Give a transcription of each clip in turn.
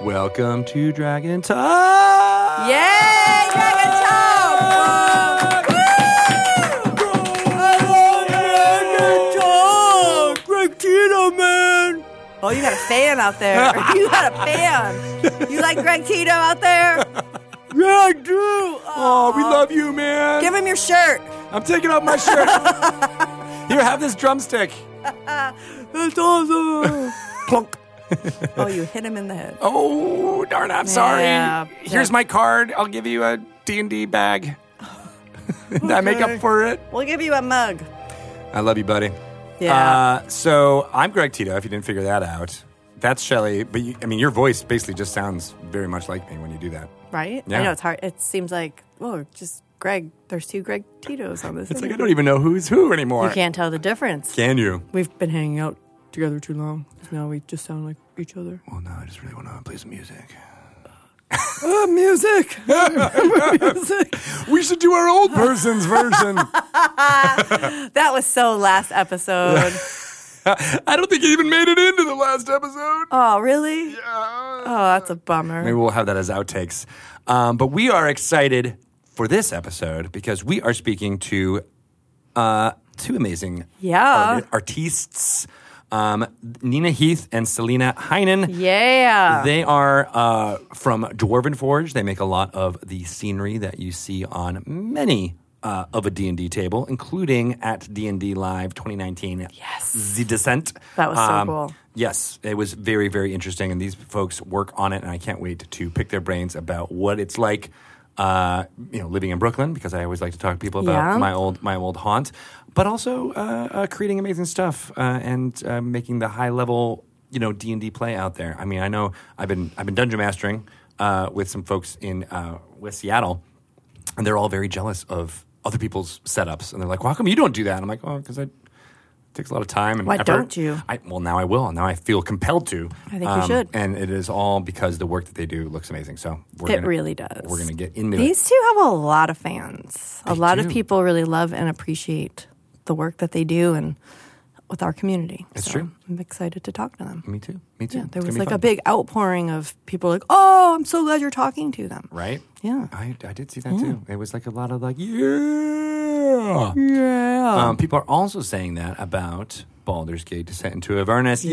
Welcome to Dragon Talk. Yay, Dragon Talk! Oh, you got a fan out there. You got a fan. You like Greg Tito out there? Yeah, Drew. Oh, we love you, man. Give him your shirt. I'm taking off my shirt. Here, have this drumstick. That's awesome. Plunk. Oh, you hit him in the head. Oh, darn! I'm sorry. Yeah. Here's Yeah. my card. I'll give you a D&D bag. Did I make up for it? We'll give you a mug. I love you, buddy. Yeah. Uh, so I'm Greg Tito. If you didn't figure that out, that's Shelly. But you, I mean, your voice basically just sounds very much like me when you do that. Right? yeah. I know it's hard. It seems like, whoa, just Greg. There's two Greg Titos on this. It's like I don't even know who's who anymore. you can't tell the difference. Can you? We've been hanging out together too long. so Now we just sound like each other. Well, no. I just really want to play some music. Oh, music. Ah, We should do our old person's version. That was so last episode. I don't think it even made it into the last episode. oh, really? Oh, that's a bummer. Maybe we'll have that as outtakes. Um, but we are excited for this episode because we are speaking to uh, two amazing Yeah. arti- artists, um, Nina Heath and Selena Heinen. Yeah. They are uh, from Dwarven Forge. They make a lot of the scenery that you see on many uh, of a D&D table, including at D&D Live 2019. Yes. The Descent. Um, That was so cool. Yes, it was very, very interesting. And these folks work on it, and I can't wait to pick their brains about what it's like. Uh, you know, living in Brooklyn because I always like to talk to people about Yeah. my old my old haunt, but also uh, uh, creating amazing stuff uh, and uh, making the high level you know D and D play out there. I mean, I know I've been I've been dungeon mastering uh, with some folks in uh, West Seattle, and they're all very jealous of other people's setups, and they're like, "Well, how come you don't do that?" And I'm like, "Oh, because I." It takes a lot of time and Why effort. don't you? I, well, now I will. Now I feel compelled to. Um, I think you should. And it is all because the work that they do looks amazing. So we're It gonna, really does. We're going to get into it. These two have a lot of fans. a lot do. of people really love and appreciate the work that they do and with our community. It's So true. I'm excited to talk to them. Me too. Me too. Yeah, It's there gonna was be like a fun. big outpouring of people like, oh, I'm so glad you're talking to them. right. Yeah. I, I did see that too. It was like a lot of like yeah. Yeah. Um, people are also saying that about Baldur's Gate Descent into Avernus.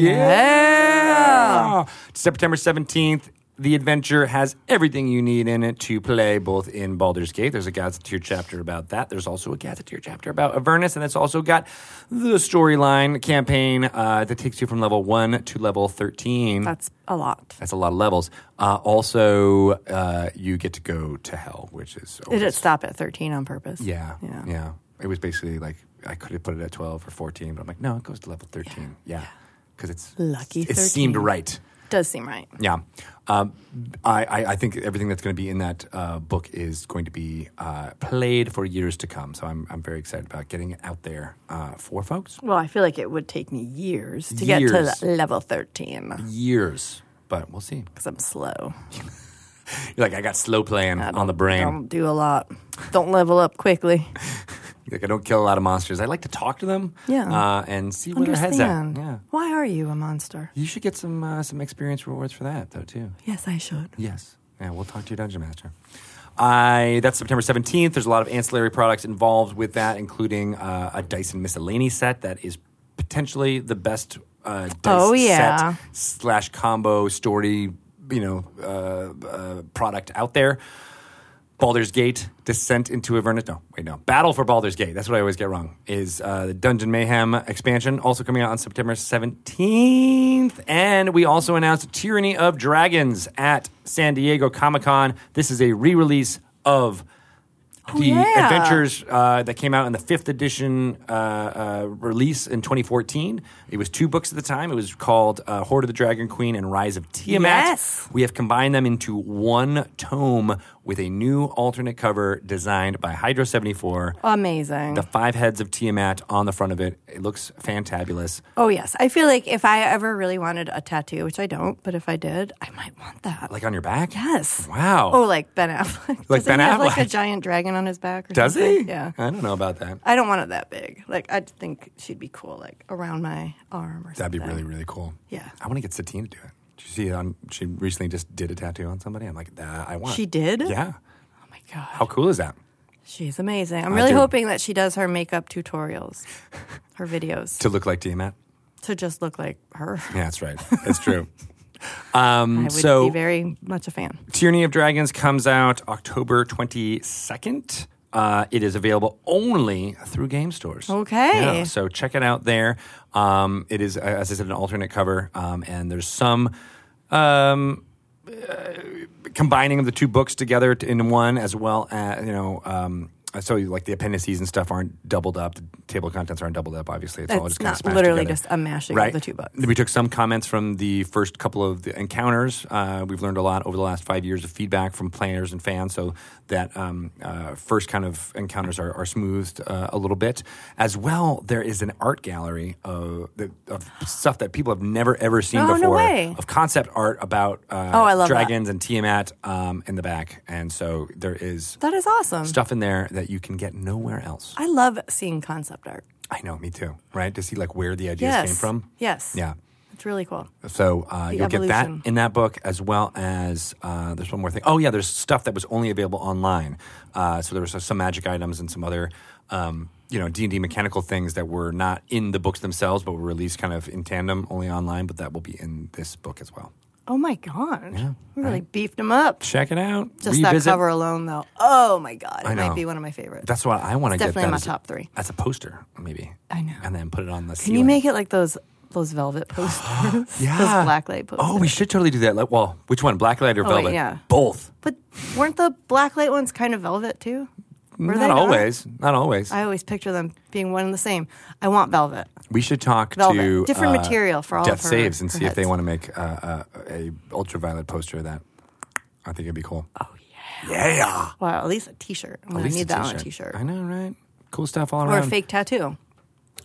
Yeah. September 17th. The adventure has everything you need in it to play, both in Baldur's Gate. There's a Gazetteer chapter about that. There's also a Gazetteer chapter about Avernus, and it's also got the storyline campaign uh, that takes you from level one to level 13. That's a lot. That's a lot of levels. Uh, also, uh, you get to go to hell, which is Did always- it stop at 13 on purpose? yeah. Yeah. It was basically like I could have put it at 12 or 14, but I'm like, no, it goes to level 13. Yeah. Because it's Lucky It seemed 13. right. Does seem right. Yeah. Um, I, I, I think everything that's going to be in that uh, book is going to be uh, played for years to come. So I'm, I'm very excited about getting it out there uh, for folks. Well, I feel like it would take me years to get Years. to the level 13 Years. But we'll see. because I'm slow. You're like, I got slow playing on the I brain. don't do a lot. Don't level up quickly. Like, I don't kill a lot of monsters. I like to talk to them Yeah. uh, and see where their head's at. Understand. Yeah. Why are you a monster? You should get some, uh, some experience rewards for that, though, too. Yes, I should. Yes. Yeah, we'll talk to your dungeon master. I that's September 17th. There's a lot of ancillary products involved with that, including uh, a Dyson miscellany set that is potentially the best uh, dice Oh, yeah. set slash combo story, you know, uh, uh, product out there. Baldur's Gate, Descent into Avernus. No, wait, no. Battle for Baldur's Gate. That's what I always get wrong. Is uh, the Dungeon Mayhem expansion also coming out on September 17th? And we also announced Tyranny of Dragons at San Diego Comic Con. This is a re release of the yeah. adventures uh, that came out in the fifth edition uh, uh, release in 2014. It was two books at the time. It was called uh, Horde of the Dragon Queen and Rise of Tiamat. Yes. We have combined them into one tome with a new alternate cover designed by Hydro 74. Amazing. The five heads of Tiamat on the front of it. It looks fantabulous. oh, yes. I feel like if I ever really wanted a tattoo, which I don't, but if I did, I might want that. Like on your back? yes. Wow. Oh, like Ben Affleck. Like Doesn't Ben he have like a Affleck. giant dragon on his back? Or Does he? something? Yeah. I don't know about that. I don't want it that big. Like I think she'd be cool, like around my arm or That'd something. be really, really cool. Yeah. I want to get Satine to do it. Did you see on? She recently just did a tattoo on somebody. I'm like, nah, I want. She did? Yeah. Oh my god. How cool is that? She's amazing. I'm I really do. hoping that she does her makeup tutorials, her videos, To look like Tiamat. to just look like her. Yeah, that's right. That's true. I would Um, so- be very much a fan. Tyranny of Dragons comes out October 22nd. Uh, it is available only through game stores. Okay. Yeah, so check it out there. Um, it is, uh, as I said, an alternate cover, um, and there's some um, uh, combining of the two books together t- in one, as well as, you know, um, so like the appendices and stuff aren't doubled up. The table contents aren't doubled up, obviously. It's all It's just kind not of smashed literally together. Mm-hmm. just a mashing of the two books. We took some comments from the first couple of the encounters. Uh, we've learned a lot over the last five years of feedback from players and fans, so that um, uh, first kind of encounters are, are smoothed uh, a little bit. As well, there is an art gallery of, the- of stuff that people have never ever seen Oh, no before way. of concept art about uh, Oh, I love that. dragons and Tiamat um, in the back, and so there is That is awesome. stuff in there that you can get nowhere else. I love seeing concept art. I know, me too. Right to see like where the ideas Yes. came from. Yes. Yeah. It's really cool. So uh, The you'll get evolution. that in that book as well as uh, there's one more thing. Oh yeah, there's stuff that was only available online. Uh, so there was some magic items and some other um, you know D and D mechanical things that were not in the books themselves, but were released kind of in tandem only online. But that will be in this book as well. Oh my god. we really beefed them up. Check it out. Just Revisit. that cover alone though. Oh my god. It I know. might be one of my favorites. That's what I want to get. definitely that in my as a- top three. As a poster, maybe. I know. And then put it on the. Can you make it like those those velvet posters? yeah. Those blacklight posters. Oh, we should totally do that. Like, Well, which one, blacklight or wait, velvet? Oh, yeah. Both. But weren't the blacklight ones kind of velvet too? Were they Not always. Not always. I always picture them being one and the same. I want velvet. We should talk Velvet. to Different material for all death of her- saves and her see if they heads. want to make uh, uh, a ultraviolet poster of that. I think it'd be cool. Oh yeah, yeah. Wow, at least a T-shirt. I'm gonna At least need a that on a t-shirt. T-shirt I know, right? Cool stuff all or a around. fake tattoo.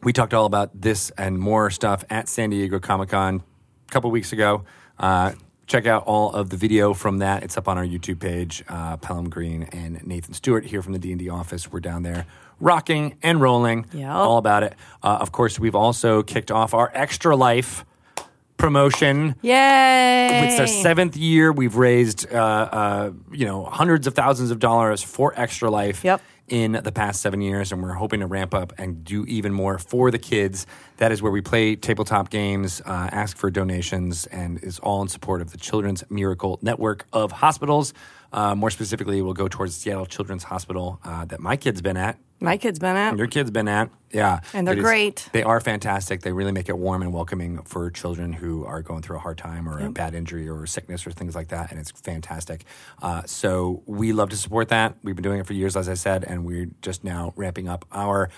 We talked all about this and more stuff at San Diego Comic Con a couple weeks ago. Uh, check out all of the video from that. It's up on our YouTube page. Uh, Pelham Green and Nathan Stewart here from the D and D office. We're down there rocking and rolling. Yep. all about it. Uh, of course, we've also kicked off our Extra Life promotion. Yay! It's our seventh year. We've raised, uh, uh, you know, hundreds of thousands of dollars for Extra Life Yep. in the past seven years, and we're hoping to ramp up and do even more for the kids. That is where we play tabletop games, uh, ask for donations, and is all in support of the Children's Miracle Network of hospitals. Uh, more specifically, we'll go towards Seattle Children's Hospital uh, that my kid's been at. My kid's been at. Your kid's been at, yeah, And they're It is- great. They are fantastic. They really make it warm and welcoming for children who are going through a hard time or a bad injury or sickness or things like that, and it's fantastic. Uh, so we love to support that. We've been doing it for years, as I said, and we're just now ramping up our.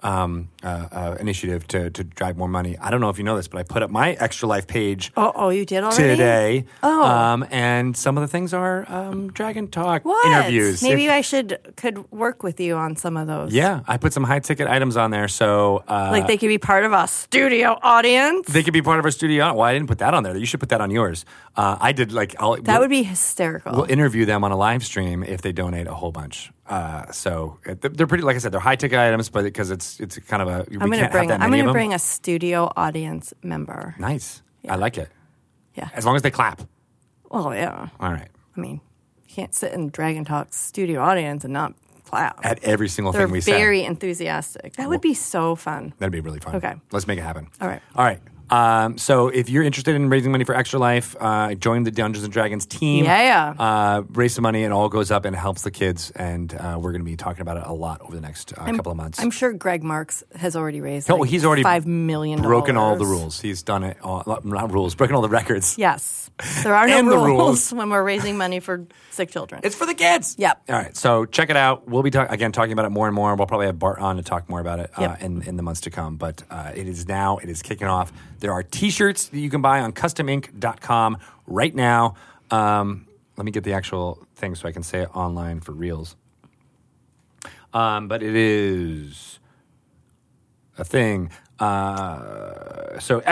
Um, uh, uh, initiative to, to drive more money. I don't know if you know this, but I put up my extra life page Oh, oh, you did already today. Oh. Um, and some of the things are um, Dragon Talk What? interviews. If- Maybe I should could work with you on some of those. yeah, I put some high ticket items on there. So uh, like they could be part of a studio audience. They could be part of our studio. Well, I didn't put that on there. You should put that on yours. Uh, I did like I'll, that we'll, would be hysterical. we'll interview them on a live stream if they donate a whole bunch. Uh, so uh, they're they're pretty, like I said, they're high ticket items, but because it's it's kind of a we I'm gonna can't bring. have that I'm many of gonna them. bring a studio audience member. nice. I like it. Yeah. As long as they clap. Well, yeah. All right. I mean, you can't sit in Dragon Talk's studio audience and not clap. At every single They're thing we very say, enthusiastic. That would be so fun. that'd be really fun. Okay. Let's make it happen. All right. All right. Um, so if you're interested in raising money for Extra Life, uh, join the Dungeons and Dragons team. Yeah, yeah. Uh, raise some money, and all goes up and helps the kids. And uh, we're going to be talking about it a lot over the next uh, couple of months. I'm sure Greg Marks has already raised. Oh, like, he's already five million. broken all the dollars. rules. He's done it all, not rules, broken all the records. Yes, there are no And the rules, rules. when we're raising money for sick children. It's for the kids. Yep. All right. So check it out. We'll be talk- again talking about it more and more. We'll probably have Bart on to talk more about it Yep. uh, in in the months to come. But uh, it is now. It is kicking off. There are T-shirts that you can buy on CustomInc.com right now. Um, let me get the actual thing so I can say it online for reals. Um, but it is a thing. Uh, so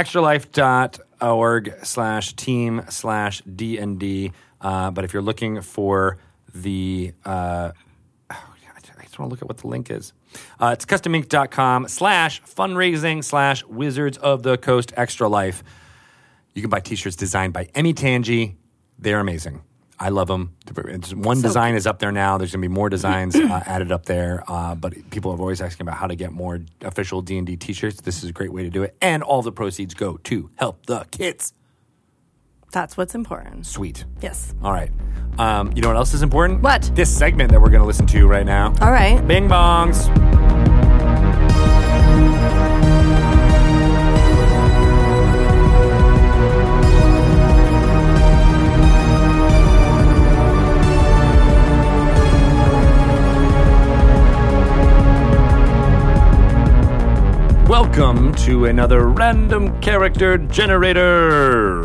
extralife.org slash team slash DND. Uh, but if you're looking for the, uh, oh, yeah, I just- I just want to look at what the link is. Uh, it's custominc.com slash fundraising slash wizards of the coast extra life. You can buy t-shirts designed by Emmy Tangi. They're amazing. I love them. It's, one So- design is up there now. There's going to be more designs uh, added up there. Uh, but people are always asking about how to get more official D and D T-shirts. This is a great way to do it, and all the proceeds go to help the kids. That's what's important. Sweet. Yes. All right. Um, you know what else is important? What? This segment that we're going to listen to right now. All right. Bing bongs. Welcome to another random character generator.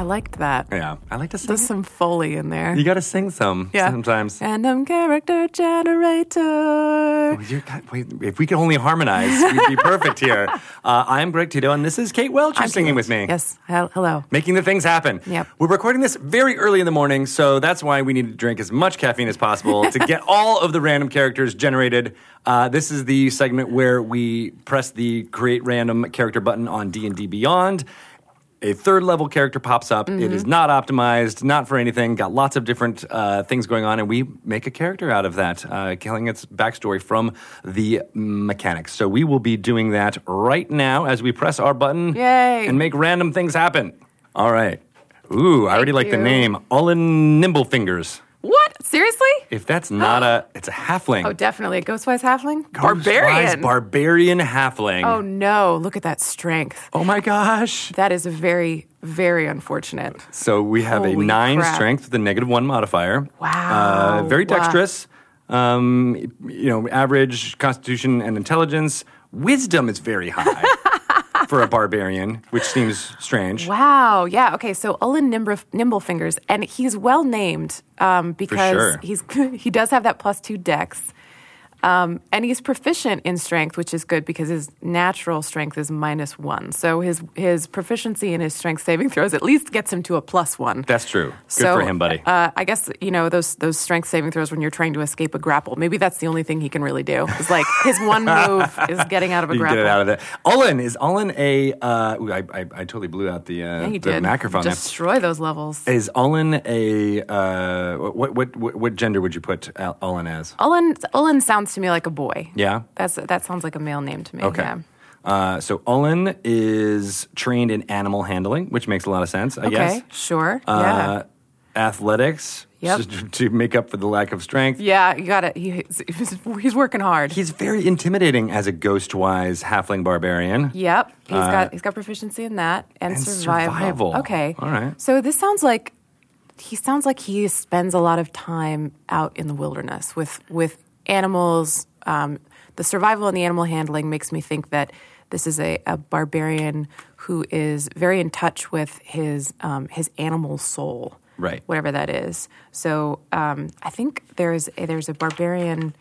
I liked that. Yeah, I like to sing. There's some foley in there. You got to sing some yeah. sometimes. Random character generator. Well, You're, God, wait, if we could only harmonize, we'd be perfect here. Uh, I'm Greg Tito, and this is Kate Welch who's singing with me. Yes. Hel- Hello. Making the things happen. Yep. We're recording this very early in the morning, so that's why we need to drink as much caffeine as possible to get all of the random characters generated. Uh, this is the segment where we press the create random character button on D&D Beyond. A third level character pops up. It Mm-hmm. is not optimized, not for anything. Got lots of different uh, things going on, and we make a character out of that, uh, killing its backstory from the mechanics. So we will be doing that right now as we press our button Yay. and make random things happen. All right. Ooh, I already like the you. name Olin Nimblefingers. What? Seriously? If that's not a, it's a halfling. Oh, definitely. A ghostwise halfling? Goose flies Oh, Barbarian. barbarian halfling. oh, no. Look at that strength. Oh my gosh. That is very, very unfortunate. So we have a Holy nine crap. strength with a negative one modifier. Wow. Uh, very Wow. dexterous. Um, you know, average constitution and intelligence. Wisdom is very high for a barbarian, which seems strange. Wow. Yeah. Okay. So Olin Nimble, Nimblefingers, and he's well named um, because sure. he's he does have that plus two dex, um, and he's proficient in strength, which is good because his natural strength is minus one. So his his proficiency in his strength saving throws at least gets him to a plus one. That's true. Good So, for him, buddy. Uh, I guess you know those those strength saving throws when you're trying to escape a grapple. Maybe that's the only thing he can really do. Is like his one move is getting out of a you grapple. get it out of there. Olin is Olin a. Uh, ooh, I, I, I totally blew out the uh, Yeah, you the did. microphone. there. Destroy those levels. Is Olin a uh, what, what what what gender would you put Al- Olin as? Olin, Olin sounds to me like a boy. Yeah? That's, that sounds like a male name to me. Okay. Yeah. Uh, so Olin is trained in animal handling, which makes a lot of sense, I guess. Okay. Sure. Uh, Athletics Yep. to, to make up for the lack of strength. yeah. Yeah. You got it. He, he's, he's working hard. He's very intimidating as a ghost-wise halfling barbarian. yep. He's Uh, got he's got proficiency in that and, and survival. survival. Okay. All right. So this sounds like he sounds like he spends a lot of time out in the wilderness with with animals. Um, the survival and the animal handling makes me think that this is a, a barbarian who is very in touch with his um, his animal soul, Right. Whatever that is. So um, I think there's a, there's a barbarian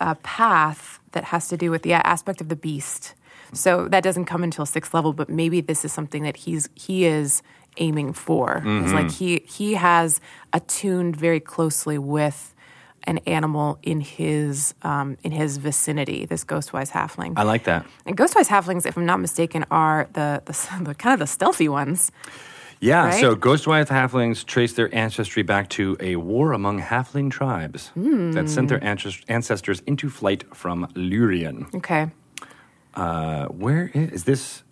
uh, path that has to do with the aspect of the beast. So that doesn't come until sixth level, but maybe this is something that he's he is aiming for. It's like he he has attuned very closely with an animal in his um, in his vicinity. This ghostwise halfling. I like that. and ghostwise halflings, if I'm not mistaken, are the the, the kind of the stealthy ones. Yeah, Right? so Ghostwise halflings trace their ancestry back to a war among halfling tribes that sent Hmm. their ancest- ancestors into flight from Lurian. Okay. Uh, where is, is this?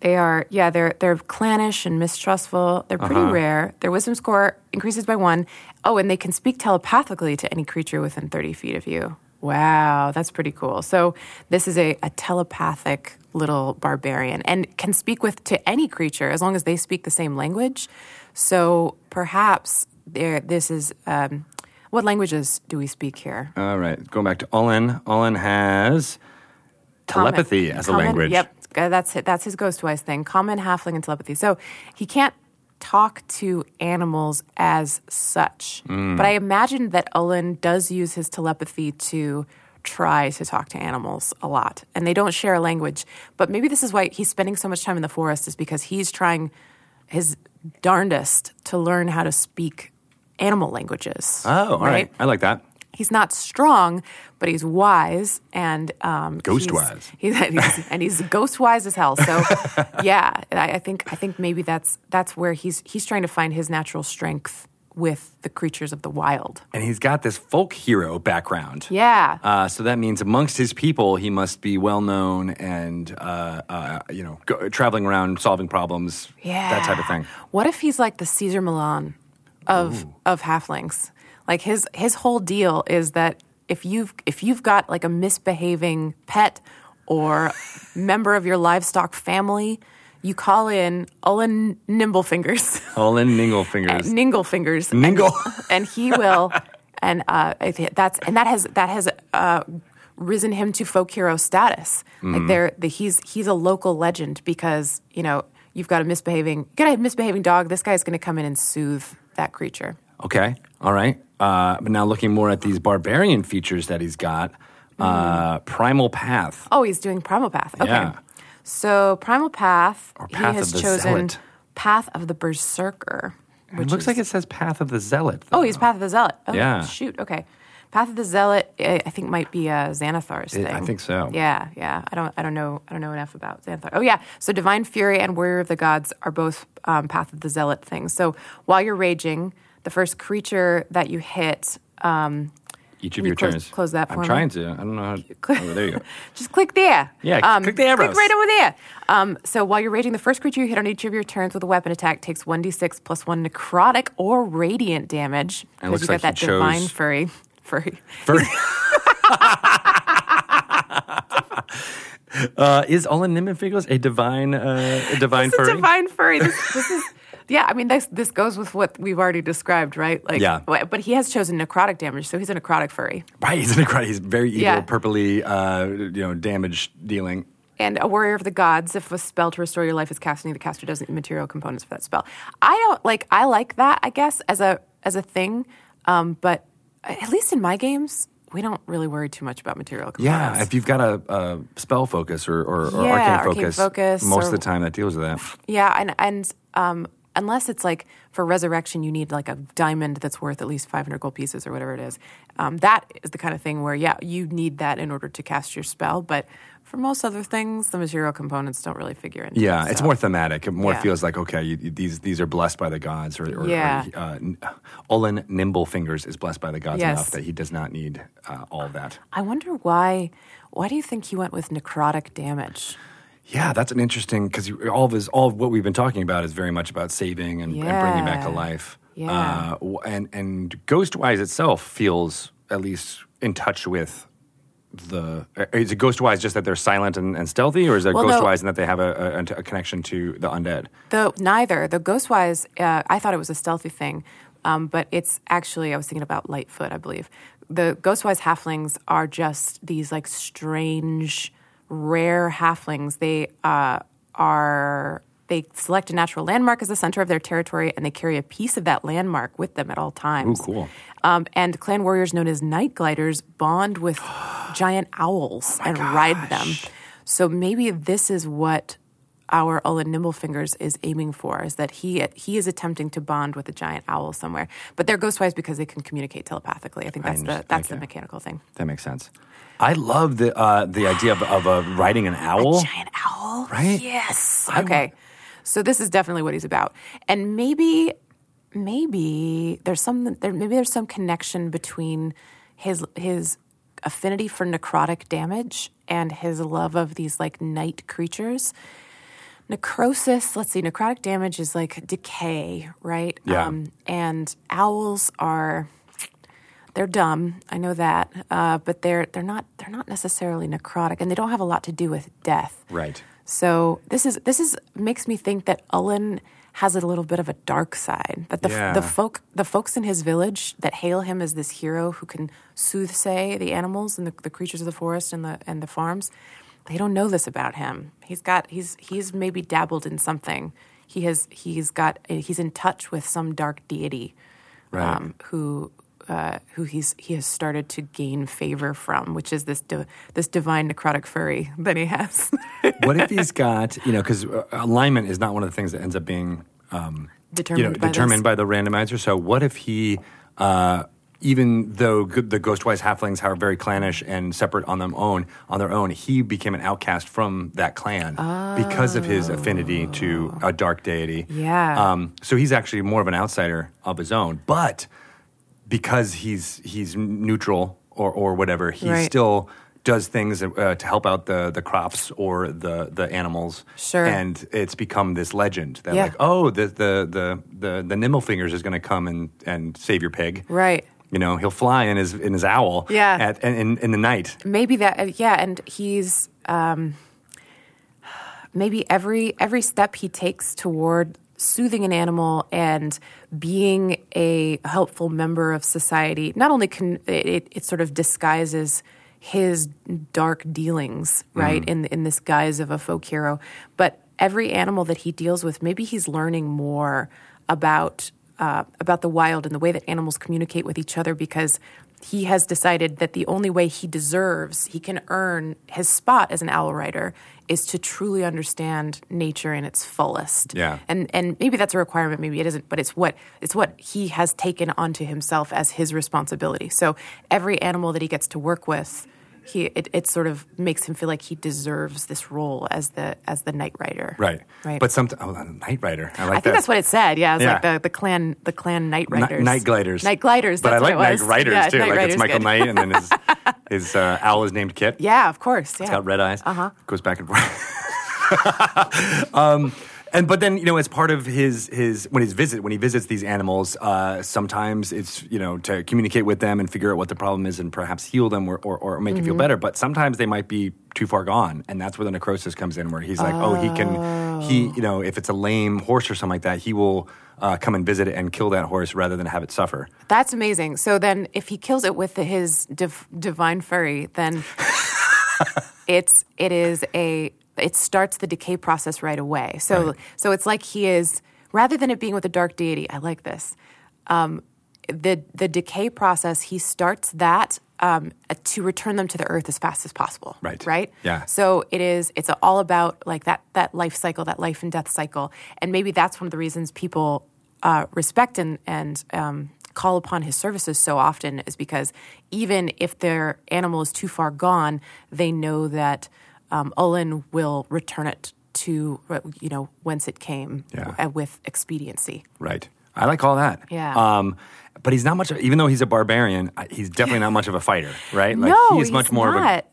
They are, yeah, they're they're clannish and mistrustful. They're pretty rare. Their wisdom score increases by one. Oh, and they can speak telepathically to any creature within thirty feet of you. Wow, that's pretty cool. So this is a, a telepathic little barbarian and can speak with to any creature as long as they speak the same language. So perhaps there this is um, what languages do we speak here? All right, going back to Olin. Olin has Common- telepathy as common- a language. Yep, Uh, that's it. That's his ghostwise thing. Common halfling and telepathy. So he can't talk to animals as such. Mm. But I imagine that Olin does use his telepathy to try to talk to animals a lot, and they don't share a language. But maybe this is why he's spending so much time in the forest is because he's trying his darndest to learn how to speak animal languages. Oh, all right. I like that. he's not strong, but he's wise and um, Ghost he's- wise. He's, and he's and he's ghost wise as hell. So yeah, I, I think I think maybe that's that's where he's he's trying to find his natural strength with the creatures of the wild. and he's got this folk hero background. Yeah. Uh, so that means amongst his people, he must be well known and uh, uh, you know go, traveling around solving problems, Yeah. that type of thing. What if he's like the Caesar Milan of of halflings? Like his his whole deal is that if you've if you've got like a misbehaving pet or member of your livestock family, you call in Olin Nimblefingers. All in Ningle fingers. Ningle fingers. Ningle. and he will and uh, I thi- that's and that has that has uh, risen him to folk hero status. Mm-hmm. Like there, the, he's he's a local legend because you know you've got a misbehaving, you got a misbehaving dog. This guy's going to come in and soothe that creature. Okay. All right. Uh, but now looking more at these barbarian features that he's got, uh, Primal Path. Oh, he's doing Primal Path. Okay. Yeah. So Primal Path, Path he has of the chosen Zealot. Path of the Berserker. It looks like it says Path of the Zealot. Oh, he's Path of the Zealot. Oh, Yeah. Shoot. Okay. Path of the Zealot, eh, I I think might be a Xanathar's It- thing. I think so. Yeah, yeah. I don't, I don't know, I don't know enough about Xanathar. Oh yeah. So Divine Fury and Warrior of the Gods are both um, Path of the Zealot things. So while you're raging, the first creature that you hit, um, Each of you your close- turns. close that for I'm me? trying to. I don't know how. oh, there you go. just click there. Um, Yeah, click the arrows. Click right over there. Um, so while you're raging, the first creature you hit on each of your turns with a weapon attack takes one d6 plus one necrotic or radiant damage. And it because looks you like got that he chose- Divine Fury. Furry. Uh, is Olin Nimenfigos a divine, uh, a divine It's a furry? divine furry. This, this is, yeah, I mean, this this goes with what we've already described, right? Like, Yeah. wh- But he has chosen necrotic damage, so he's a necrotic furry. Right, he's an incredible. He's very evil, Yeah. purpley, uh, you know, damage dealing. And a warrior of the gods, if a spell to restore your life is casting, the caster doesn't material components for that spell. I don't like. I like that, I guess, as a as a thing. Um, but at least in my games, we don't really worry too much about material Yeah, components. if you've got a, a spell focus or, or, or Yeah, arcane, arcane focus, focus most or- of the time that deals with that. Yeah, and and um, unless it's like for resurrection, you need like a diamond that's worth at least five hundred gold pieces or whatever it is. Um, that is the kind of thing where yeah, you need that in order to cast your spell. But for most other things, the material components don't really figure into. Yeah, it, it's so. more thematic. It more Yeah. feels like okay, you, you- these these are blessed by the gods, or, or, Yeah. or uh, N- Olin Nimblefingers is blessed by the gods Yes. enough that he does not need uh, all that. I wonder why. Why do you think he went with necrotic damage? Yeah, that's an interesting because all of his all of what we've been talking about is very much about saving and, and bringing back to Yeah. life. Yeah. Uh, w- and and Ghostwise itself feels at least in touch with the. uh, Is it Ghostwise just that they're silent and, and stealthy, or is there Well, no. Ghostwise in that they have a, a, a connection to the undead? Though neither the Ghostwise, uh, I thought it was a stealthy thing, um, but it's actually I was thinking about Lightfoot, I believe. The Ghostwise halflings are just these like strange, rare halflings. They uh, are they select a natural landmark as the center of their territory, and they carry a piece of that landmark with them at all times. Ooh, cool. Um, and clan warriors known as night gliders bond with giant Oh owls and ride them. So maybe this is what our Olin Nimblefingers is aiming for is that he he is attempting to bond with a giant owl somewhere. But they're ghostwise because they can communicate telepathically. I think that's the understand. that's the Okay. mechanical thing. That makes sense. I love the uh, the idea of, of uh, riding an owl. Giant owl, Right? Yes. okay. So this is definitely what he's about, and maybe maybe there's some there maybe there's some connection between his his affinity for necrotic damage and his love of these like night creatures necrosis let's see necrotic damage is like decay right Um, Yeah. and owls are they're dumb i know that uh, but they're they're not they're not necessarily necrotic and they don't have a lot to do with death Right. so this is this is makes me think that Ullen has a little bit of a dark side. That the Yeah. the folk the folks in his village that hail him as this hero who can soothsay the animals and the, the creatures of the forest and the and the farms, they don't know this about him. He's got he's he's maybe dabbled in something. He has he's got he's in touch with some dark deity um, Right. who uh, who he's he has started to gain favor from, which is this di- this divine necrotic furry that he has. what if he's got you know because alignment is not one of the things that ends up being um, Determined you know, by this. determined by the randomizer so what if he uh, even though good, the Ghostwise halflings are very clannish and separate on them own on their own, he became an outcast from that clan because of his affinity to a dark deity. Yeah. Um, so he's actually more of an outsider of his own, but because he's he's neutral or or whatever, he Right. still does things uh, to help out the the crops or the the animals. Sure. And it's become this legend that Yeah. like, oh, the the the the, the nimble fingers is going to come and and save your pig. Right. You know, he'll fly in his in his owl. Yeah. At, in, in, in the night. maybe that uh, yeah and he's um maybe every every step he takes toward soothing an animal and being a helpful member of society not only can it, it sort of disguises his dark dealings right in in this guise of a folk hero but every animal that he deals with maybe he's learning more about uh, about the wild and the way that animals communicate with each other because he has decided that the only way he deserves, he can earn his spot as an owl writer, is to truly understand nature in its fullest. Yeah. And and maybe that's a requirement, maybe it isn't, but it's what it's what he has taken onto himself as his responsibility. So every animal that he gets to work with, he it, it sort of makes him feel like he deserves this role as the as the night writer. Right. Right. But sometimes, oh, night rider. I like I think that's what it said. Yeah, it was like Yeah. the, the clan the clan night Ni- riders, night gliders. night gliders. But that's I like what it was. night riders Yeah, too. Knight like Rider's it's Michael good. Knight and then his, his uh, owl is named Kit. Yeah, of course. Yeah. It's got red eyes. Uh-huh. Goes back and forth. um, and but then you know, as part of his his when his visit when he visits these animals, uh, sometimes it's you know to communicate with them and figure out what the problem is and perhaps heal them or or, or make it feel better. But sometimes they might be too far gone, and that's where the necrosis comes in, where he's like, oh, he can he you know if it's a lame horse or something like that, he will uh, come and visit it and kill that horse rather than have it suffer. That's amazing. So then, if he kills it with the- his div- divine furry, then it's it is a it starts the decay process right away. So so it's like he is rather than it being with a dark deity. I like this. Um, the the decay process he starts that um, to return them to the earth as fast as possible. Right. Right. Yeah. So it is. It's all about like that that life cycle, that life and death cycle, and maybe that's one of the reasons people uh, respect and and um, call upon his services so often is because even if their animal is too far gone, they know that um, Olin will return it to you know whence it came Yeah. uh, with expediency. Right. I like all that. Yeah. Um, but he's not much. Of, even though he's a barbarian, I- he's definitely not much of a fighter, right? Like no, he's much more not. of a.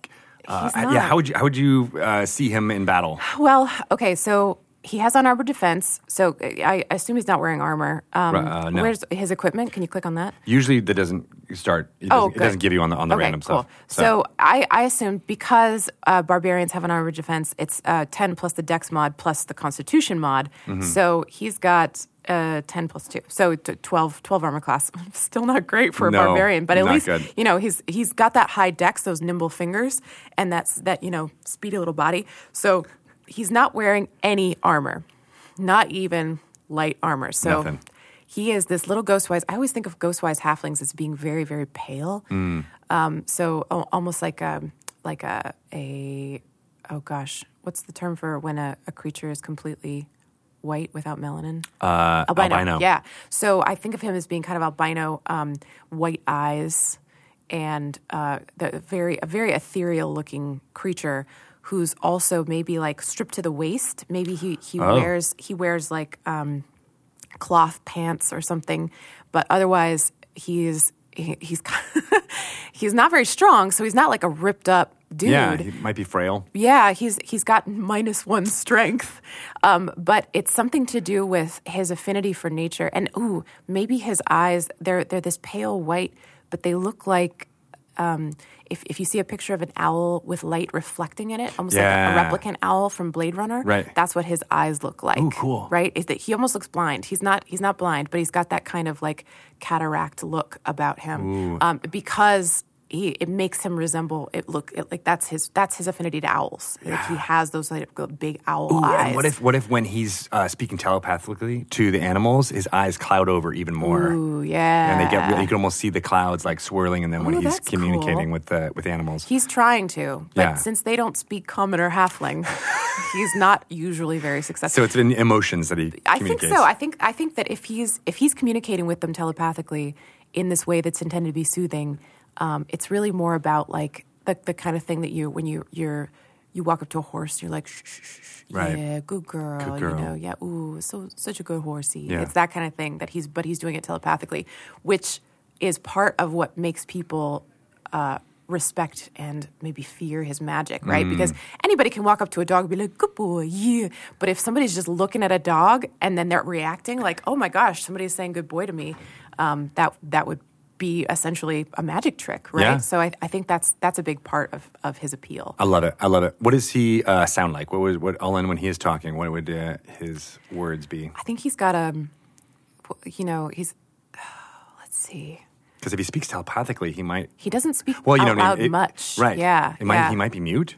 Uh, He's not. Yeah. How would you how would you uh, see him in battle? Well, okay, so he has on armor defense, so I assume he's not wearing armor. Um, Ru- uh, no. Where's his equipment? Can you click on that? Usually, that doesn't start. It doesn't, Oh, it doesn't good. give you on the on the okay, random cool. stuff. So, I, I assume because uh, barbarians have an armor defense, it's uh, 10 plus the dex mod plus the constitution mod. Mm-hmm. So he's got uh, 10 plus 2. So t- 12, 12 armor class. Still not great for a No, barbarian, but at not least, good. you know, he's he's got that high dex, those nimble fingers, and that's that, you know, speedy little body. So he's not wearing any armor, not even light armor. So Nothing. he is this little ghostwise. I always think of ghostwise halflings as being very, very pale. Mm. Um, so al- almost like a like a a oh gosh, what's the term for when a, a creature is completely white without melanin? Uh, albino. Yeah. So I think of him as being kind of albino, um, white eyes, and uh, the very a very ethereal looking creature. Who's also maybe like stripped to the waist. Maybe he, he wears he wears like um, cloth pants or something, but otherwise he's he, he's he's not very strong, so he's not like a ripped up dude. yeah, he might be frail. Yeah, he's he's got minus one strength, um, but it's something to do with his affinity for nature, and ooh, maybe his eyes they're they're this pale white, but they look like. Um, if, if you see a picture of an owl with light reflecting in it, almost Yeah. like a replicant owl from Blade Runner, Right. That's what his eyes look like. Ooh, cool. Right? Is that he almost looks blind? He's not. He's not blind, but he's got that kind of like cataract look about him, um, because he it makes him resemble it. Look it, like that's his that's his affinity to owls. Like he has those like big owl Ooh, eyes. and what if what if when he's uh, speaking telepathically to the animals, his eyes cloud over even more, Ooh, yeah. and they get you can almost see the clouds like swirling, and then when Ooh, he's that's communicating cool. with the with the animals, He's trying to, but Yeah. since they don't speak common or halfling, he's not usually very successful. so it's in emotions that he I think communicates. so. I think I think that if he's if he's communicating with them telepathically, in this way that's intended to be soothing. Um, it's really more about like the, the kind of thing that you when you you're you walk up to a horse, you're like, shh, shh, shh, shh, Right. yeah, good girl, girl. you know, yeah, ooh, so such a good horsey. Yeah. It's that kind of thing that he's, but he's doing it telepathically, which is part of what makes people uh, respect and maybe fear his magic, Mm. right? Because anybody can walk up to a dog and be like, good boy, yeah. But if somebody's just looking at a dog and then they're reacting like, oh my gosh, somebody's saying good boy to me, um, that that would be essentially a magic trick, right? Yeah. So I, I think that's that's a big part of, of his appeal. I love it. I love it. What does he uh, sound like? What was what Owen when he is talking? What would uh, his words be? I think he's got a, you know, he's. Let's see. Because if he speaks telepathically, he might. He doesn't speak Well, you out know, what I loud mean? It- much. right? Yeah. It might, yeah. He might be mute.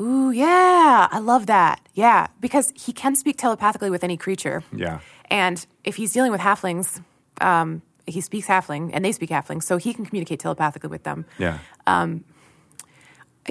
Ooh, yeah. I love that. Yeah, because he can speak telepathically with any creature. Yeah. And if he's dealing with halflings, um, he speaks halfling, and they speak halfling, so he can communicate telepathically with them. Yeah.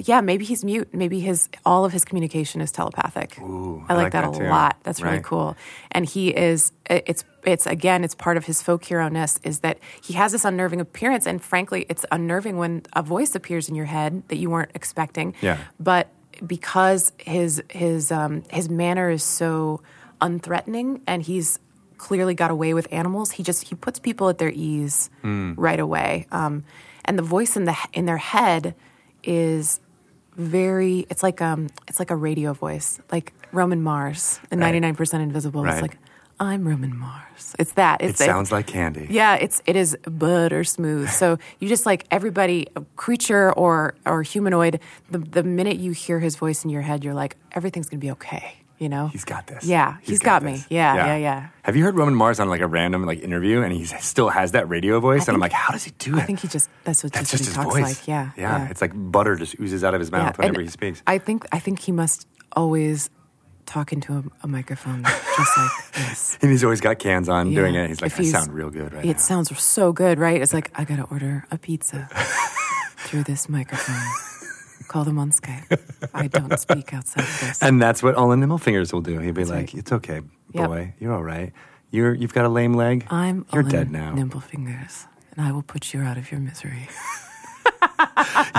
Yeah, maybe he's mute. Maybe his all of his communication is telepathic. Ooh, I, I like, like that, that a too. lot. That's really Right. cool. And he is i- it's it's again it's part of his folk hero ness is that he has this unnerving appearance, and frankly, it's unnerving when a voice appears in your head that you weren't expecting. Yeah. But because his his um, his manner is so unthreatening, and he's clearly got away with animals, he just he puts people at their ease Hmm. right away. Um, and the voice in the in their head is very it's like um it's like a radio voice like roman mars and Right. 99% invisible Right. it's like i'm roman mars it's that it it's it's- sounds like candy. yeah it's it is butter smooth so you just like everybody creature or or humanoid the, the minute you hear his voice in your head you're like everything's gonna be okay you know He's got this. yeah he's got, me this. yeah yeah yeah, Have you heard Roman Mars on like a random like interview and he still has that radio voice? and I'm like, think- how does he do it? i think he just that's what, That's just just his what he voice. talks like yeah yeah. It's like butter just oozes out of his mouth Yeah, and whenever he speaks. I think I think he must always talk into a, a microphone just like this. and he's always got cans on doing Yeah. it. He's like, If I sound real good right It now. sounds so good, right? It's like I gotta order a pizza through this microphone. Call them on Skype. I don't speak outside of this. and that's what Olin Nimmelfingers will do. He'll be like, right. it's okay, Yep. boy. You're all right. You're, you've got a lame leg. I'm You're Olin dead now. Nimble fingers, and I will put you out of your misery.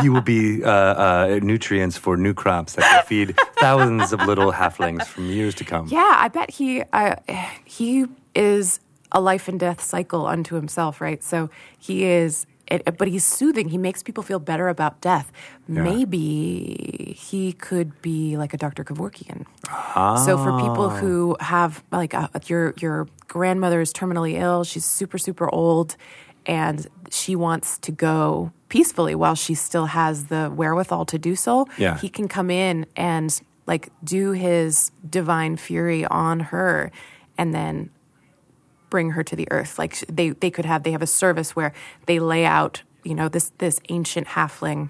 you will be uh, uh, nutrients for new crops that will feed thousands of little halflings from years to come. Yeah, I bet he uh, he is a life and death cycle unto himself, right? So he is, it, but he's soothing. He makes people feel better about death. Maybe he could be like a Dr. Kevorkian. So for people who have like uh your your grandmother is terminally ill, she's super super old, and she wants to go peacefully while she still has the wherewithal to do so. Yeah. he can come in and like do his divine fury on her, and then bring her to the earth. Like sh- they they could have they have a service where they lay out you know this this ancient halfling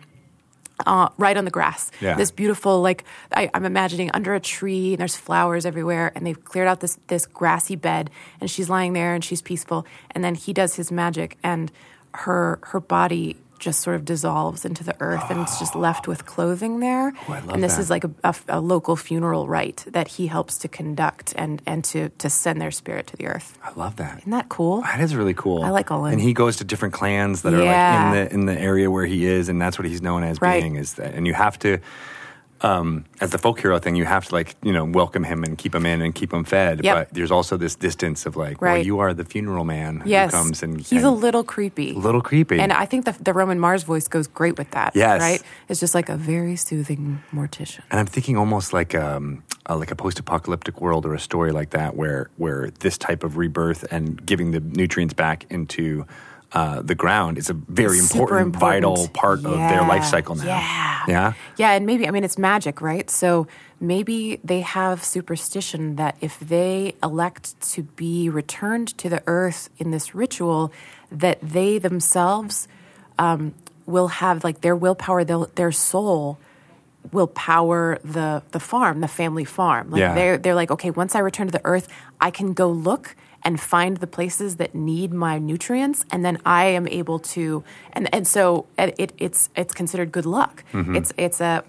uh, right on the grass. Yeah. This beautiful, like I, I'm imagining under a tree, and there's flowers everywhere, and they've cleared out this this grassy bed, and she's lying there, and she's peaceful, and then he does his magic, and her her body just sort of dissolves into the earth, and it's just left with clothing there. Oh, I love and this that. is like a, a- a local funeral rite that he helps to conduct and and to to send their spirit to the earth. Ah, I love that. Isn't that cool? That is really cool. Oh. I like Olin. And he goes to different clans that are Yeah. like in the in the area where he is, and that's what he's known as Right. being. Is that, and you have to, um, as the folk hero thing, you have to like you know welcome him and keep him in and keep him fed. Yep. But there's also this distance of like, well, Right. you are the funeral man Yes, who comes and he's a and little creepy. little creepy. And I think the, the Roman Mars voice goes great with that. Yes. Right? It's just like a very soothing mortician. And I'm thinking almost like um, uh, like a post-apocalyptic world or a story like that, where where this type of rebirth and giving the nutrients back into uh, the ground is a very Super important, vital important. part of their life Yeah. cycle now. Yeah. yeah. Yeah, and maybe, I mean, it's magic, right? So maybe they have superstition that if they elect to be returned to the earth in this ritual, that they themselves um, will have, like, their willpower, their, their soul will power the, the farm, the family farm. Like, Yeah. they're, they're like, okay, once I return to the earth, I can go look and find the places that need my nutrients, and then I am able to. And and so it, it- it's it's considered good luck. It's it's a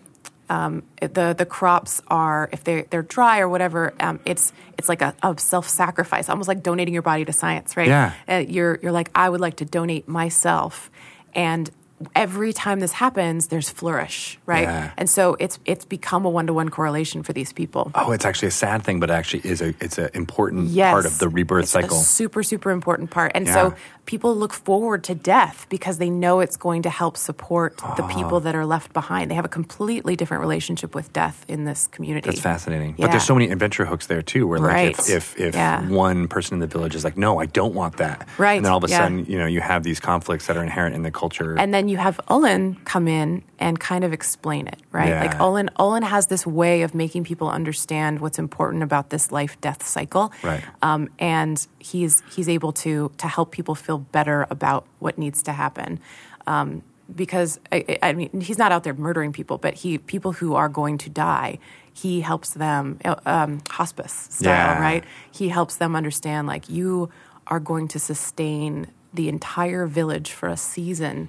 um, it- the the crops are if they they're dry or whatever. Um, it's it's like a, a self sacrifice, almost like donating your body to science, right? Yeah. Uh, you're you're like I would like to donate myself, and every time this happens, there's flourish, right? Yeah. And so it's it's become a one to one correlation for these people. Oh, it's actually a sad thing, but actually is a it's an important Yes. part of the rebirth It's a cycle. super, super important part. And Yeah. so people look forward to death because they know it's going to help support the Ah. people that are left behind. They have a completely different relationship with death in this community. That's fascinating. But Yeah. there's so many adventure hooks there too, where like if Right. if, if Yeah. one person in the village is like, no, I don't want that, Right, and then all of a yeah. sudden, you know, you have these conflicts that are inherent in the culture. And then you have Olin come in and kind of explain it, right? Yeah. Like Olin, Olin has this way of making people understand what's important about this life death cycle, Right. Um, and he's he's able to to help people feel better about what needs to happen. Um, because I, I I mean, he's not out there murdering people, but he people who are going to die, he helps them uh, um, hospice style, Yeah. right? he helps them understand like you are going to sustain the entire village for a season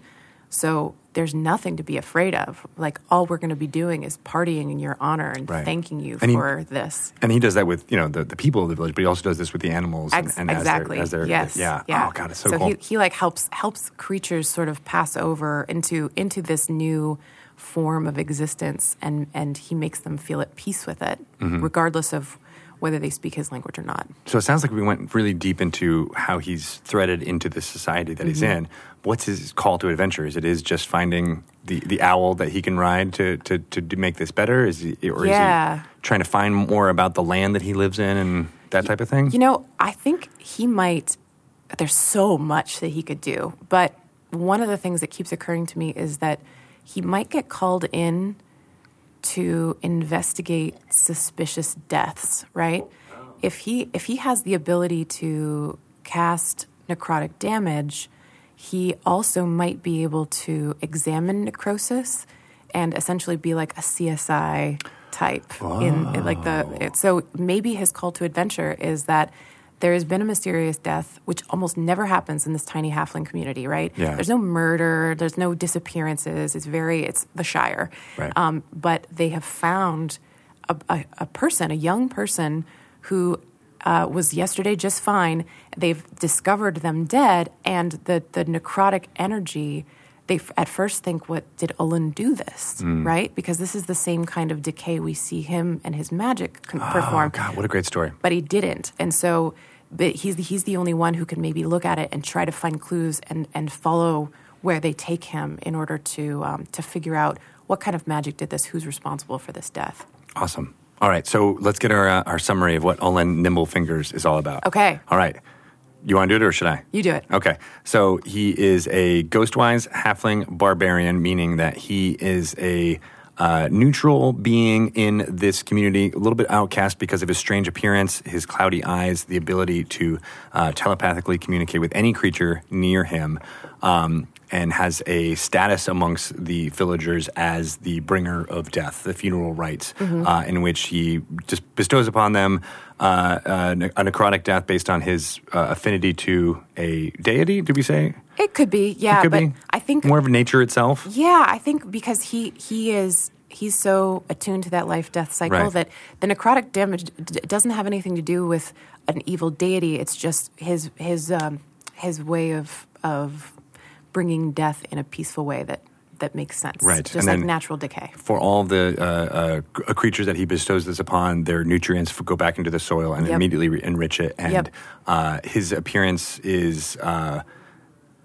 so there's nothing to be afraid of like all we're going to be doing is partying in your honor and Right. thanking you And he- for this And he does that with you know the, the people of the village, but he also does this with the animals Ex- and, and exactly as they're, as they're yes yeah. Oh god, it's so, cool. he, he like helps helps creatures sort of pass over into into this new form of existence and and he makes them feel at peace with it Mm-hmm. regardless of whether they speak his language or not so it sounds like we went really deep into how he's threaded into the society that he's Mm-hmm. in. What's his call to adventure? Is it is just finding the, the owl that he can ride to, to, to do- make this better? Is he, or Yeah. is he trying to find more about the land that he lives in and that type of thing? You know, I think he might. There's so much that he could do, but one of the things that keeps occurring to me is that he might get called in to investigate suspicious deaths, right? If he if he has the ability to cast necrotic damage, he also might be able to examine necrosis and essentially be like a CSI type in, in like the it, so maybe his call to adventure is that there has been a mysterious death, which almost never happens in this tiny halfling community, right? Yeah. There's no murder, there's no disappearances. It's very, it's the Shire. Right. Um, but they have found a, a, a person, a young person who uh, was yesterday just fine. They've discovered them dead, and the, the necrotic energy. They f- at first think, what did Olin do this? Mm. Right? Because this is the same kind of decay we see him and his magic con- Oh perform god, what a great story. but he didn't. And so but he's he's the only one who can maybe look at it and try to find clues and and follow where they take him in order to um, to figure out what kind of magic did this, who's responsible for this death. Awesome. All right, so let's get our uh, our summary of what Olin Nimble Fingers is all about. Okay. All right. You want to do it or should I? You do it. Okay. So he is a ghostwise halfling barbarian, meaning that he is a uh, neutral being in this community, a little bit outcast because of his strange appearance, his cloudy eyes, the ability to uh, telepathically communicate with any creature near him, um, and has a status amongst the villagers as the bringer of death, the funeral rites, Mm-hmm. uh, in which he just bestows upon them uh, a, ne- a necrotic death based on his uh, affinity to a deity. Did we say? It could be, yeah. Could but be I think more of nature itself. Yeah, I think because he he is he's so attuned to that life death cycle Right. that the necrotic damage d- doesn't have anything to do with an evil deity. It's just his his um, his way of of bringing death in a peaceful way that that makes sense. Right, just and like then- natural decay. For all the uh, uh, c- uh, creatures that he bestows this upon, their nutrients f- go back into the soil and Yep. immediately re- enrich it. And Yep. uh, his appearance is uh,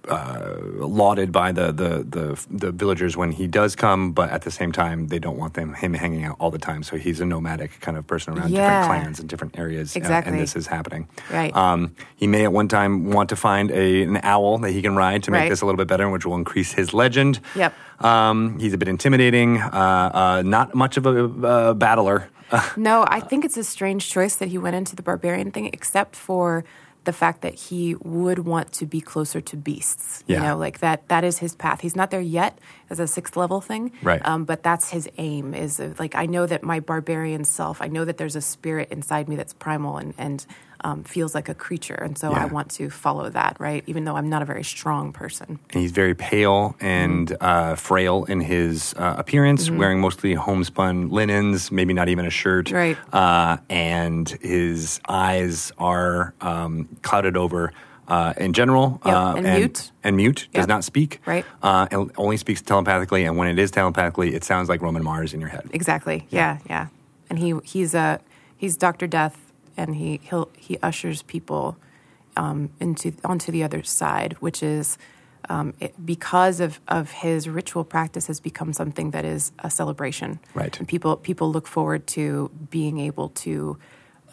uh, lauded by the, the the the villagers when he does come, but at the same time, they don't want them him hanging out all the time. So he's a nomadic kind of person around Yeah. different clans and different areas. uh, Exactly. and this is happening. Right. Um, he may at one time want to find a, an owl that he can ride to make Right. this a little bit better, which will increase his legend. Yep. Um, he's a bit intimidating, uh, uh, not much of a uh, battler. No, I think it's a strange choice that he went into the barbarian thing, except for the fact that he would want to be closer to beasts. You Yeah. know, like that that is his path. He's not there yet as a sixth level thing. Right. Um, but that's his aim is uh, like I know that my barbarian self, I know that there's a spirit inside me that's primal and, and um, feels like a creature. And so Yeah. I want to follow that, right? Even though I'm not a very strong person. and he's very pale and uh, frail in his uh, appearance, Mm-hmm. wearing mostly homespun linens, maybe not even a shirt. Right. Uh, and his eyes are um, clouded over. Uh, in general, Yep, uh, and mute. and mute does Yep. not speak. Right. uh, and only speaks telepathically, and when it is telepathically, it sounds like Roman Mars in your head. Exactly. Yeah, yeah. And he he's a he's Doctor Death, and he he'll, he ushers people um, into onto the other side, which is um, it, because of of his ritual practice has become something that is a celebration. Right. And people people look forward to being able to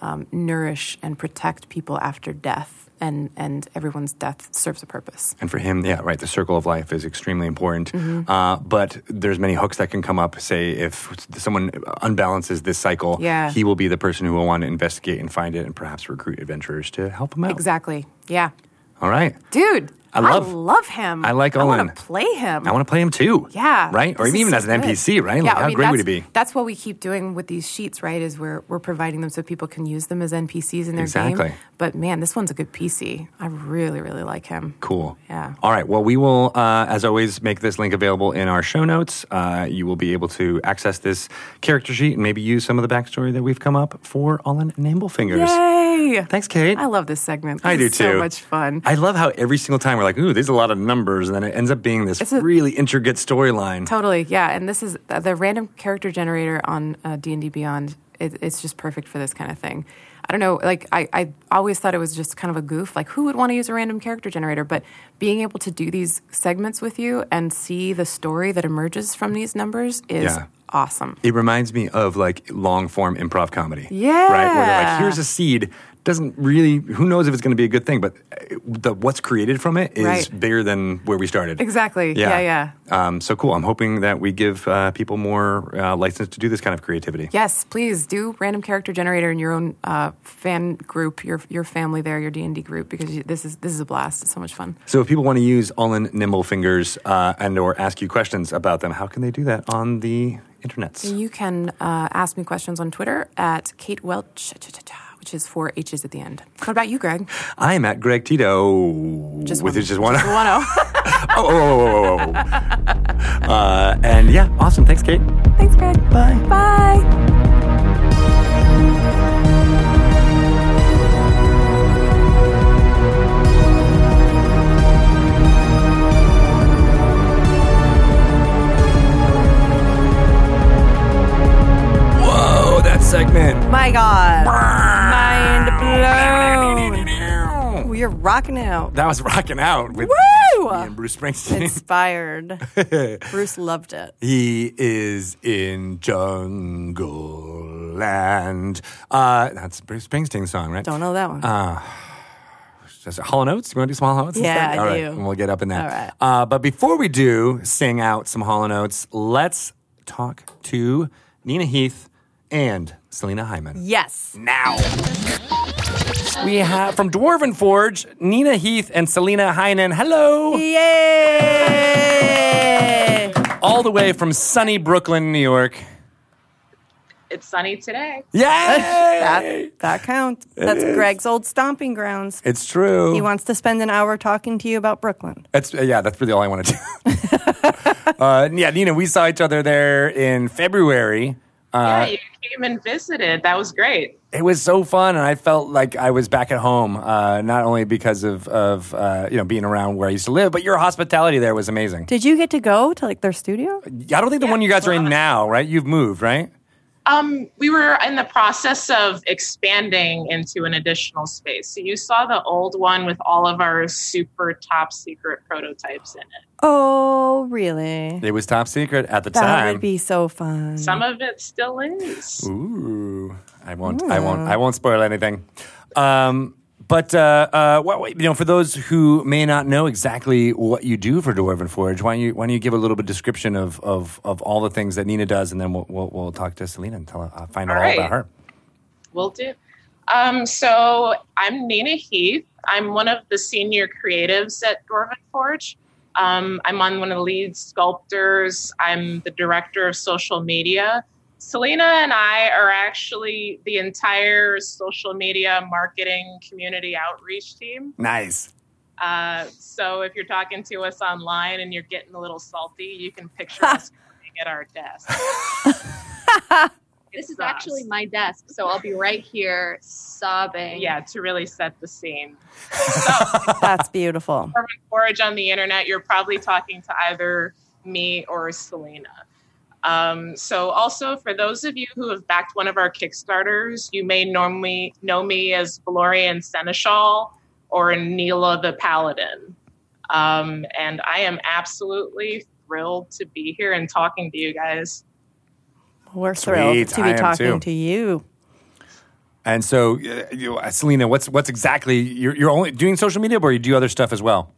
um, nourish and protect people after death, and and everyone's death serves a purpose. And for him, yeah, right. The circle of life is extremely important. Mm-hmm. Uh, but there's many hooks that can come up. Say if someone unbalances this cycle, Yeah. he will be the person who will want to investigate and find it, and perhaps recruit adventurers to help him out. Exactly. Yeah. All right. Dude, I love- him. I like I Owen. want to play him. I want to play him too. Yeah. Right. Or this is even so as an good. NPC. Right. Yeah, like, I how mean, great would it that's- be? That's what we keep doing with these sheets, right? Is we're we're providing them so people can use them as NPCs in their Exactly. game. But man, this one's a good PC. I really, really like him. Cool. Yeah. All right. Well, we will, uh, as always, make this link available in our show notes. Uh, you will be able to access this character sheet and maybe use some of the backstory that we've come up for Olin and Amblefingers. Yay! Thanks, Kate. I love this segment. This I do is So too. much fun. I love how every single time we're like, ooh, there's a lot of numbers, and then it ends up being this a- really intricate storyline. Totally, yeah. And this is uh, the- the random character generator on uh, D and D Beyond. It, it's just perfect for this kind of thing. I don't know, like I, I always thought it was just kind of a goof. Like who would want to use a random character generator? But being able to do these segments with you and see the story that emerges from these numbers is Yeah. awesome. It reminds me of like long form improv comedy. Yeah. Right? Where they're like, here's a seed. Doesn't really, who knows if it's going to be a good thing, but uh, the, what's created from it is Right. bigger than where we started. Exactly. Yeah, yeah. Um, so cool. I'm hoping that we give uh, people more uh, license to do this kind of creativity. Yes, please do random character generator in your own uh, fan group, your your family there, your D and D group, because you, this is this is a blast. It's so much fun. So if people want to use Olin Nimble Fingers uh, and or ask you questions about them, how can they do that on the internets? You can uh, ask me questions on Twitter at Kate Welch, cha-cha-cha, which is four H's at the end. What about you, Greg? I'm at Greg Tito. Just with one. his just one. oh, One O. oh, oh, oh, oh, oh. Uh, and yeah, awesome. Thanks, Kate. Thanks, Greg. Bye. Bye. Whoa, that segment. My God. Mind That blown. You're rocking out. was rocking out with Woo! me and Bruce Springsteen. Inspired. Bruce loved it. He is in jungle land. Uh, that's a Bruce Springsteen song, right? Don't know that one. Uh. Just Hall and Oates? You want to do some Hall and Oates? Yeah, instead? I All right, do. and we'll get up in that. All right. Uh, but before we do sing out some Hall and Oates, let's talk to Nina Heath and Selena Hyman. yes. Now we have from Dwarven Forge Nina Heath and Selena Hyman. Hello, Yay! all the way from sunny Brooklyn, New York. It's sunny today. Yay! That, that counts. That's Greg's old stomping grounds. it's true. He wants to spend an hour talking to you about Brooklyn. That's uh, yeah. That's really all I want to do. uh, yeah, Nina, we saw each other there in February. yeah, you came and visited. That was great. It was so fun, and I felt like I was back at home. Uh, not only because of of uh, you know being around where I used to live, but your hospitality there was amazing. Did you get to go to like their studio? I don't think the one you guys are in now, right? You've moved, right? Um, we were in the process of expanding into an additional space. So you saw the old one with all of our super top secret prototypes in it. Oh, really? It was top secret at the That time. would be so fun. Some of it still is. Ooh, I won't. I won't. I won't spoil anything. Um, but uh, uh, what, you know, for those who may not know exactly what you do for Dwarven Forge, why don't you why don't you give a little bit description of of, of all the things that Nina does, and then we'll we'll, we'll talk to Selena and tell her, uh, find out All all right. about her. Will do. Um, so I'm Nina Heath. I'm one of the senior creatives at Dwarven Forge. Um, I'm on one of the lead sculptors. I'm the director of social media. Selena and I are actually the entire social media marketing community outreach team. Nice. Uh, so if you're talking to us online and you're getting a little salty, you can picture us at our desk. This is actually my desk, so I'll be right here sobbing. Yeah, to really set the scene. That's beautiful. Urban Forage on the internet, you're probably talking to either me or Selena. Um, so, also for those of you who have backed one of our Kickstarters, you may normally know me as Valorian Seneschal or Neela the Paladin. Um, and I am absolutely thrilled to be here and talking to you guys. We're thrilled Sweet, to be I am talking too. to you. And so, uh, you, uh, Selena, what's what's exactly you're, you're only doing social media, or you do other stuff as well?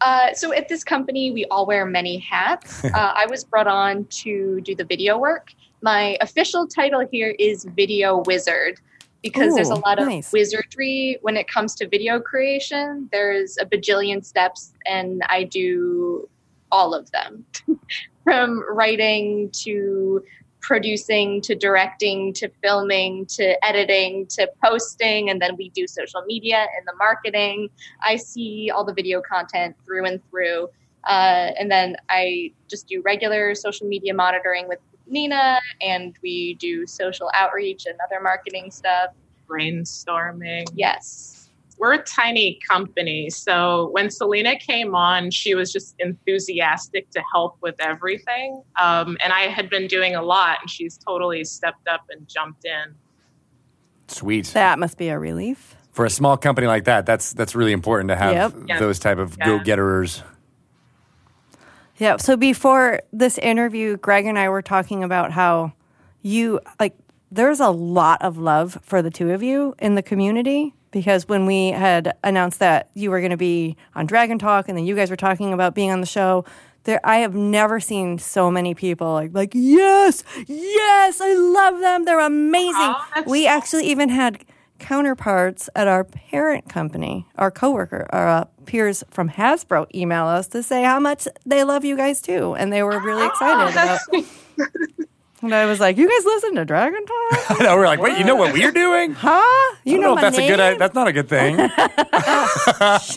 Uh, so at this company, we all wear many hats. uh, I was brought on to do the video work. My official title here is video wizard because there's a Ooh, lot of nice. wizardry when it comes to video creation. There's a bajillion steps, and I do all of them from writing to producing to directing to filming to editing to posting and then we do social media and the marketing I see all the video content through and through. Uh, and then I just do regular social media monitoring with Nina, and we do social outreach and other marketing stuff. Brainstorming. Yes. we're a tiny company. So when Selena came on, she was just enthusiastic to help with everything. Um, and I had been doing a lot, and she's totally stepped up and jumped in. Sweet. That must be a relief. For a small company like that, that's that's really important to have Yep. Yeah. those type of Yeah. go getterers. Yeah. So before this interview, Greg and I were talking about how you like there's a lot of love for the two of you in the community because when we had announced that you were going to be on Dragon Talk and then you guys were talking about being on the show, there I have never seen so many people like like yes, yes, I love them. They're amazing. Aw, that's we actually even had counterparts at our parent company, our coworker, our uh, peers from Hasbro email us to say how much they love you guys too, and they were really excited. About, and I was like, "You guys listen to Dragon Talk, I know we're like, wait, you know what we're doing? huh? You I don't know, know, my if that's name? a good. i- That's not a good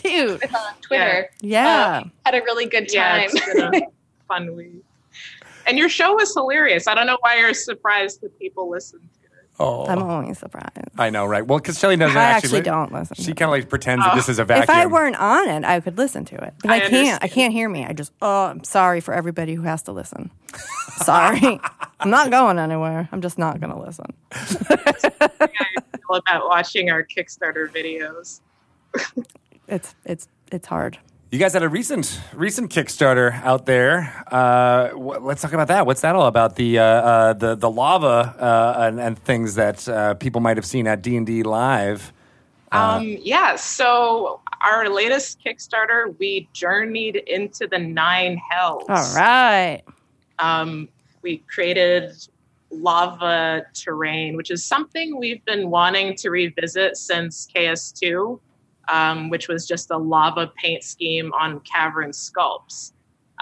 thing. shoot." On Twitter, Uh, Yeah, had a really good Yeah, time. it's been a fun week. And your show was hilarious. I don't know why you're surprised that people listen to it. oh, I'm always surprised. I know, right? Well, because Shelly doesn't I actually. actually don't listen. She to kind of like pretends that this is a it. vacuum. if I weren't on it, I could listen to it, but I, I can't. I understand. can't hear me. I just oh, I'm sorry for everybody who has to listen. sorry, I'm not going anywhere. I'm just not going to listen. All about watching our Kickstarter videos. It's it's it's hard. you guys had a recent recent Kickstarter out there. Uh, wh- let's talk about that. What's that all about? The uh, uh, the the lava uh, and, and things that uh, people might have seen at D and D live. Uh. Um, yeah, so our latest Kickstarter, we journeyed into the nine hells. All right. um, we created lava terrain, which is something we've been wanting to revisit since KS2, um, which was just a lava paint scheme on cavern sculpts.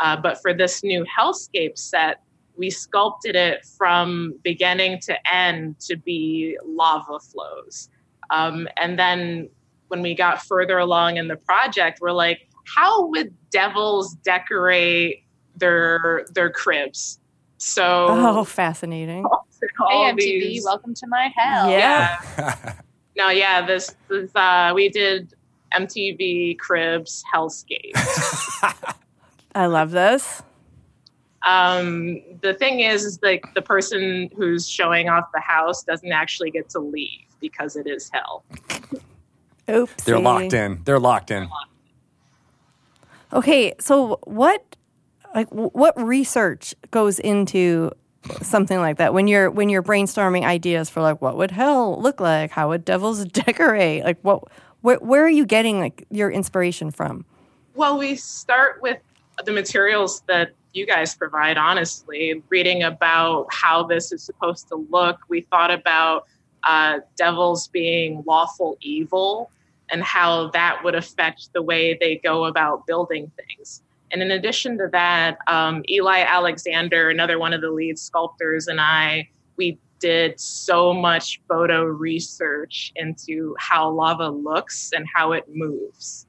Uh, but for this new hellscape set, we sculpted it from beginning to end to be lava flows. Um, and then when we got further along in the project, we're like, how would devils decorate their their cribs? So Oh, fascinating. all hey, MTV, these- welcome to my hell. Yeah. no, yeah, this, this uh, we did MTV cribs hellscape. I love this. um, the thing is, is like the person who's showing off the house doesn't actually get to leave because it is hell. Oops. They're locked in. They're locked in. Okay, so what like wh- what research goes into something like that when you're when you're brainstorming ideas for like what would hell look like? How would devils decorate? Like what where, where are you getting like your inspiration from? Well, we start with the materials that you guys provide, honestly. Reading about how this is supposed to look, we thought about uh, devils being lawful evil. and how that would affect the way they go about building things. And in addition to that, um, Eli Alexander, another one of the lead sculptors, and I, we did so much photo research into how lava looks and how it moves.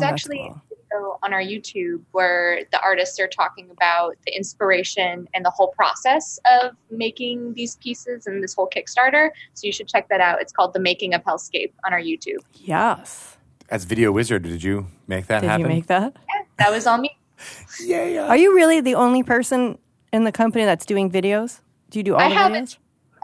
Oh, that's actually cool. a video on our YouTube where the artists are talking about the inspiration and the whole process of making these pieces and this whole Kickstarter. So you should check that out. It's called The Making of Hellscape on our YouTube. Yes. As video wizard, did you make that Did happen? you make that? That was all me. yeah, yeah. Are you really the only person in the company that's doing videos? Do you do all I the have videos?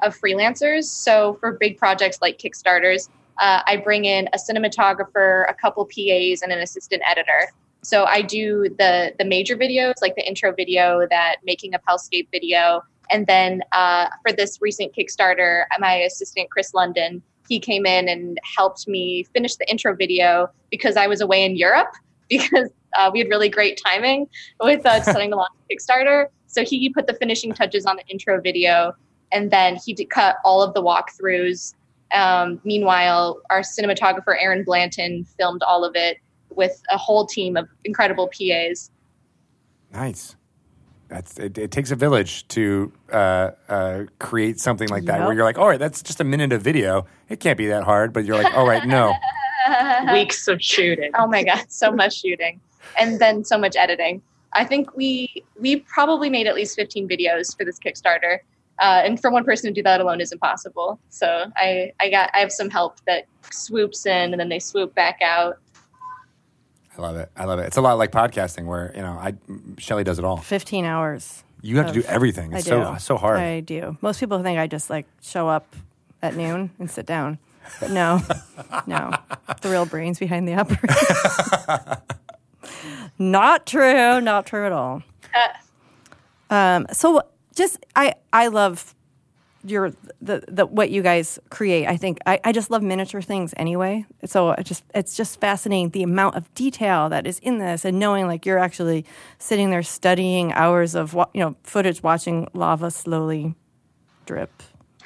of freelancers. So for big projects like Kickstarters, uh, I bring in a cinematographer, a couple PAs, and an assistant editor. So I do the the major videos, like the intro video, that making a Hellscape video, and then uh, for this recent Kickstarter, my assistant Chris London, he came in and helped me finish the intro video because I was away in Europe because uh, we had really great timing with uh, deciding to launch Kickstarter. So he put the finishing touches on the intro video, and then he did cut all of the walkthroughs. Um, meanwhile, our cinematographer Aaron Blanton filmed all of it with a whole team of incredible PAs. Nice. That's it, it takes a village to uh, uh, create something like that where Yep. you're like, all right, that's just a minute of video. It can't be that hard, but you're like, all right, no. Weeks of shooting. oh my god, so much shooting, and then so much editing. I think we we probably made at least fifteen videos for this Kickstarter, uh, and for one person to do that alone is impossible. So I I got I have some help that swoops in and then they swoop back out. I love it. I love it. It's a lot like podcasting where, you know, I Shelly does it all. 15 hours. You have to do everything. I It's do. so so hard. I do. Most people think I just like show up at noon and sit down. But no, no. The real brains behind the operation. not true. Not true at all. Um, so just I I love your the, the what you guys create. I think I, I just love miniature things anyway. So it just it's just fascinating the amount of detail that is in this, and knowing like you're actually sitting there studying hours of wa- you know footage, watching lava slowly drip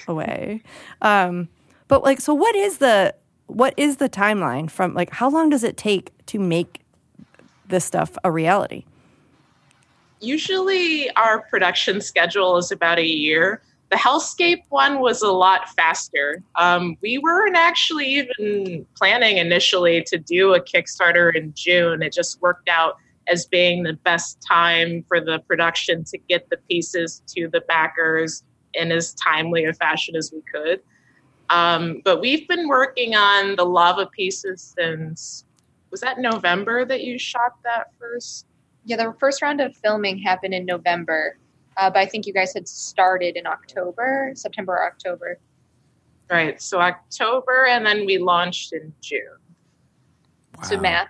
away. Um, but like, so what is the what is the timeline from like how long does it take to make this stuff a reality? usually our production schedule is about a year. The Hellscape one was a lot faster. Um, we weren't actually even planning initially to do a Kickstarter in June. It just worked out as being the best time for the production to get the pieces to the backers in as timely a fashion as we could. Um, but we've been working on the lava pieces since, was that November that you shot that first? Yeah, the first round of filming happened in November, uh, but I think you guys had started in October, September or October. Right. So October, and then we launched in June. So Wow. math.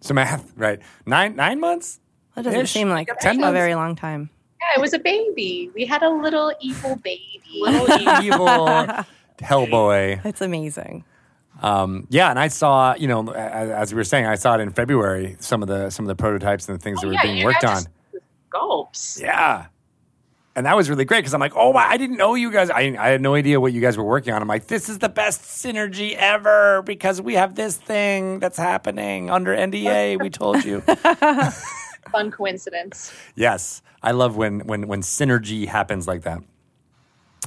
So math, right? Nine nine months? That doesn't Ish. seem like Ten a months. very long time. Yeah, it was a baby. We had a little evil baby. Little E- Evil Hellboy. That's amazing. Um, yeah, and I saw, you know, a- as we were saying, I saw it in February. Some of the some of the prototypes and the things that were Oh, yeah, being you worked on. guys- Gulps. Yeah. And that was really great because I'm like, oh my, I didn't know you guys. I, I had no idea what you guys were working on. I'm like, this is the best synergy ever because we have this thing that's happening under NDA. We told you. Fun coincidence. yes, I love when when when synergy happens like that,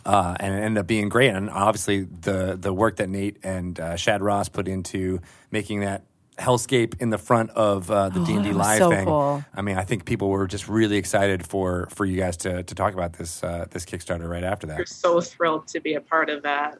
uh, and it ended up being great. And obviously, the the work that Nate and uh, Shad Ross put into making that hellscape in the front of uh, the D and D Oh, that was live so thing. cool. I mean, I think people were just really excited for for you guys to to talk about this uh, this Kickstarter right after We're that. so thrilled to be a part of that.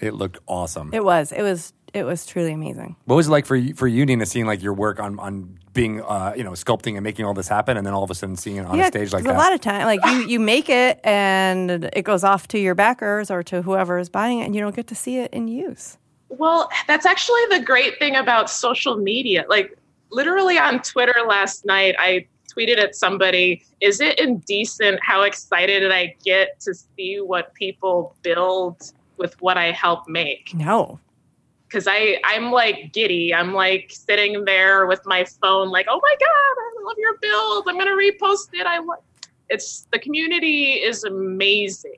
It looked awesome. It was. It was. It was truly amazing. What was it like for you, for you, Nina, seeing like your work on on being uh, you know sculpting and making all this happen, and then all of a sudden seeing it on a stage like 'cause that? A lot of time, like you, you make it and it goes off to your backers or to whoever is buying it, and you don't get to see it in use. Well, that's actually the great thing about social media. Like, literally on Twitter last night, I tweeted at somebody, Is it indecent how excited I get to see what people build with what I help make? No, because I I'm like giddy. I'm like sitting there with my phone, like, oh my god, I love your build. I'm gonna repost it. I love. It's the community is amazing,